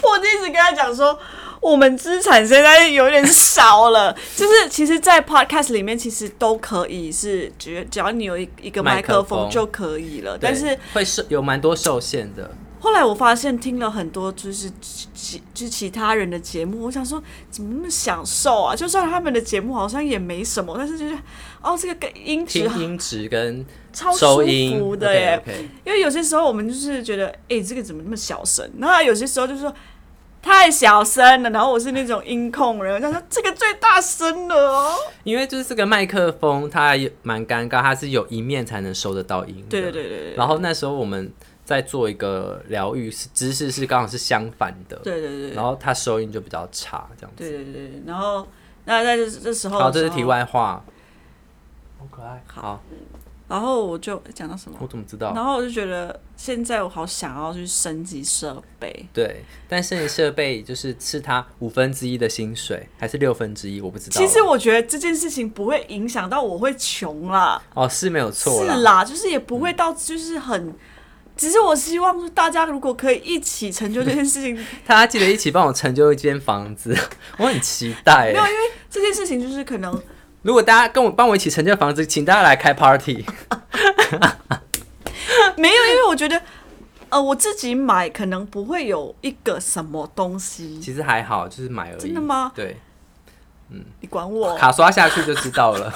Speaker 2: 我一直跟他讲说，我们资产现在有点少了， 就是其实，在 podcast 里面其实都可以是，只只要你有一一个麦克
Speaker 1: 麦克
Speaker 2: 风
Speaker 1: 风
Speaker 2: 就可以了。但
Speaker 1: 对
Speaker 2: 是
Speaker 1: 会受有蛮多受限的。
Speaker 2: 后来我发现听了很多就是其其就是其他人的节目，我想说怎么那么享受啊？就算他们的节目好像也没什么，但是就是哦，这个跟音质
Speaker 1: 听音质跟
Speaker 2: 超舒
Speaker 1: 收音
Speaker 2: 服的耶。
Speaker 1: o k o k
Speaker 2: 因为有些时候我们就是觉得，哎、这个怎么那么小声？然后有些时候就说太小声了，然后我是那种音控人，我想说这个最大声了哦。
Speaker 1: 因为就是这个麦克风它也蛮尴尬，它是有一面才能收得到音。
Speaker 2: 对对。对对对
Speaker 1: 然后那时候我们在做一个疗愈，是姿势是刚好是相反的，
Speaker 2: 对对对
Speaker 1: 然后它收音就比较差，这样子。
Speaker 2: 对对对对，然后那那就是这时候，
Speaker 1: 好，这是题。外话。好可爱。好，
Speaker 2: 然后我就讲到什么？
Speaker 1: 我怎么知道？
Speaker 2: 然后我就觉得现在我好想要去升级设备，
Speaker 1: 对，但是你设备就是是它五分之一的薪水，还是六分之一？我不知道。
Speaker 2: 其实我觉得这件事情不会影响到我会穷啦。
Speaker 1: 哦，是没有错啦
Speaker 2: 是。啦，就是也不会到就是很，只是我希望说大家如果可以一起成就这件事情，
Speaker 1: 大家记得一起帮我成就一间房子，我很期待
Speaker 2: 没有，
Speaker 1: 欸。
Speaker 2: 因为这件事情就是可能
Speaker 1: 如果大家跟我帮我一起成就房子，请大家来开 party。
Speaker 2: 没有，因为我觉得。呃，我自己买可能不会有一个什么东西，
Speaker 1: 其实还好，就是买而已。
Speaker 2: 真的吗？
Speaker 1: 对，
Speaker 2: 你管我
Speaker 1: 卡刷下去就知道了。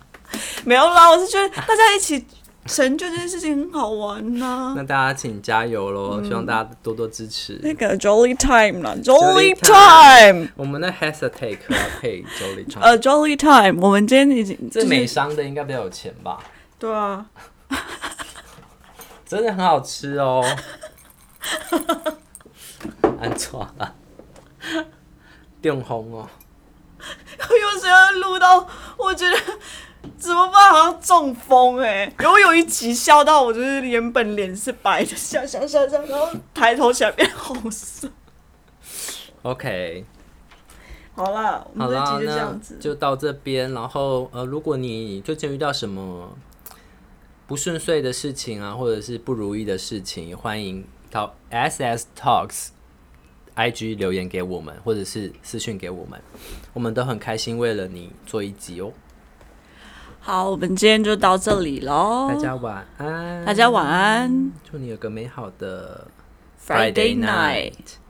Speaker 2: 没有啦，我是觉得大家一起成就这件事情很好玩呐、
Speaker 1: 那大家请加油喽，希望大家多多支持。
Speaker 2: 嗯那个 Jolly Time 啦，Jolly
Speaker 1: Jolly
Speaker 2: Time，
Speaker 1: 我们的 hashtag 要配周立昌，
Speaker 2: 呃，Jolly Time，我们今天已经就
Speaker 1: 这美
Speaker 2: 是
Speaker 1: 商的应该比较有钱吧？
Speaker 2: 对啊，
Speaker 1: 真的很好吃 哦。安错了，电红哦。
Speaker 2: 有时候录到我觉得怎么办，好像中风哎、欸！我有一集笑到我就是原本脸是白的，笑笑笑笑，然后抬头起来变红色。
Speaker 1: OK，
Speaker 2: 好啦，我
Speaker 1: 好
Speaker 2: 们这
Speaker 1: 啦，
Speaker 2: 集就这
Speaker 1: 那
Speaker 2: 样子。
Speaker 1: 就到这边。然后呃，如果你最近遇到什么不顺遂的事情啊，或者是不如意的事情，也欢迎到 SS Talks IG 留言给我们，或者是私讯给我们，我们都很开心为了你做一集哦。
Speaker 2: 好，我们今天就到这里喽
Speaker 1: 大，家晚安，
Speaker 2: 哦大家晚安
Speaker 1: 祝你有个美好的
Speaker 2: ，Friday night。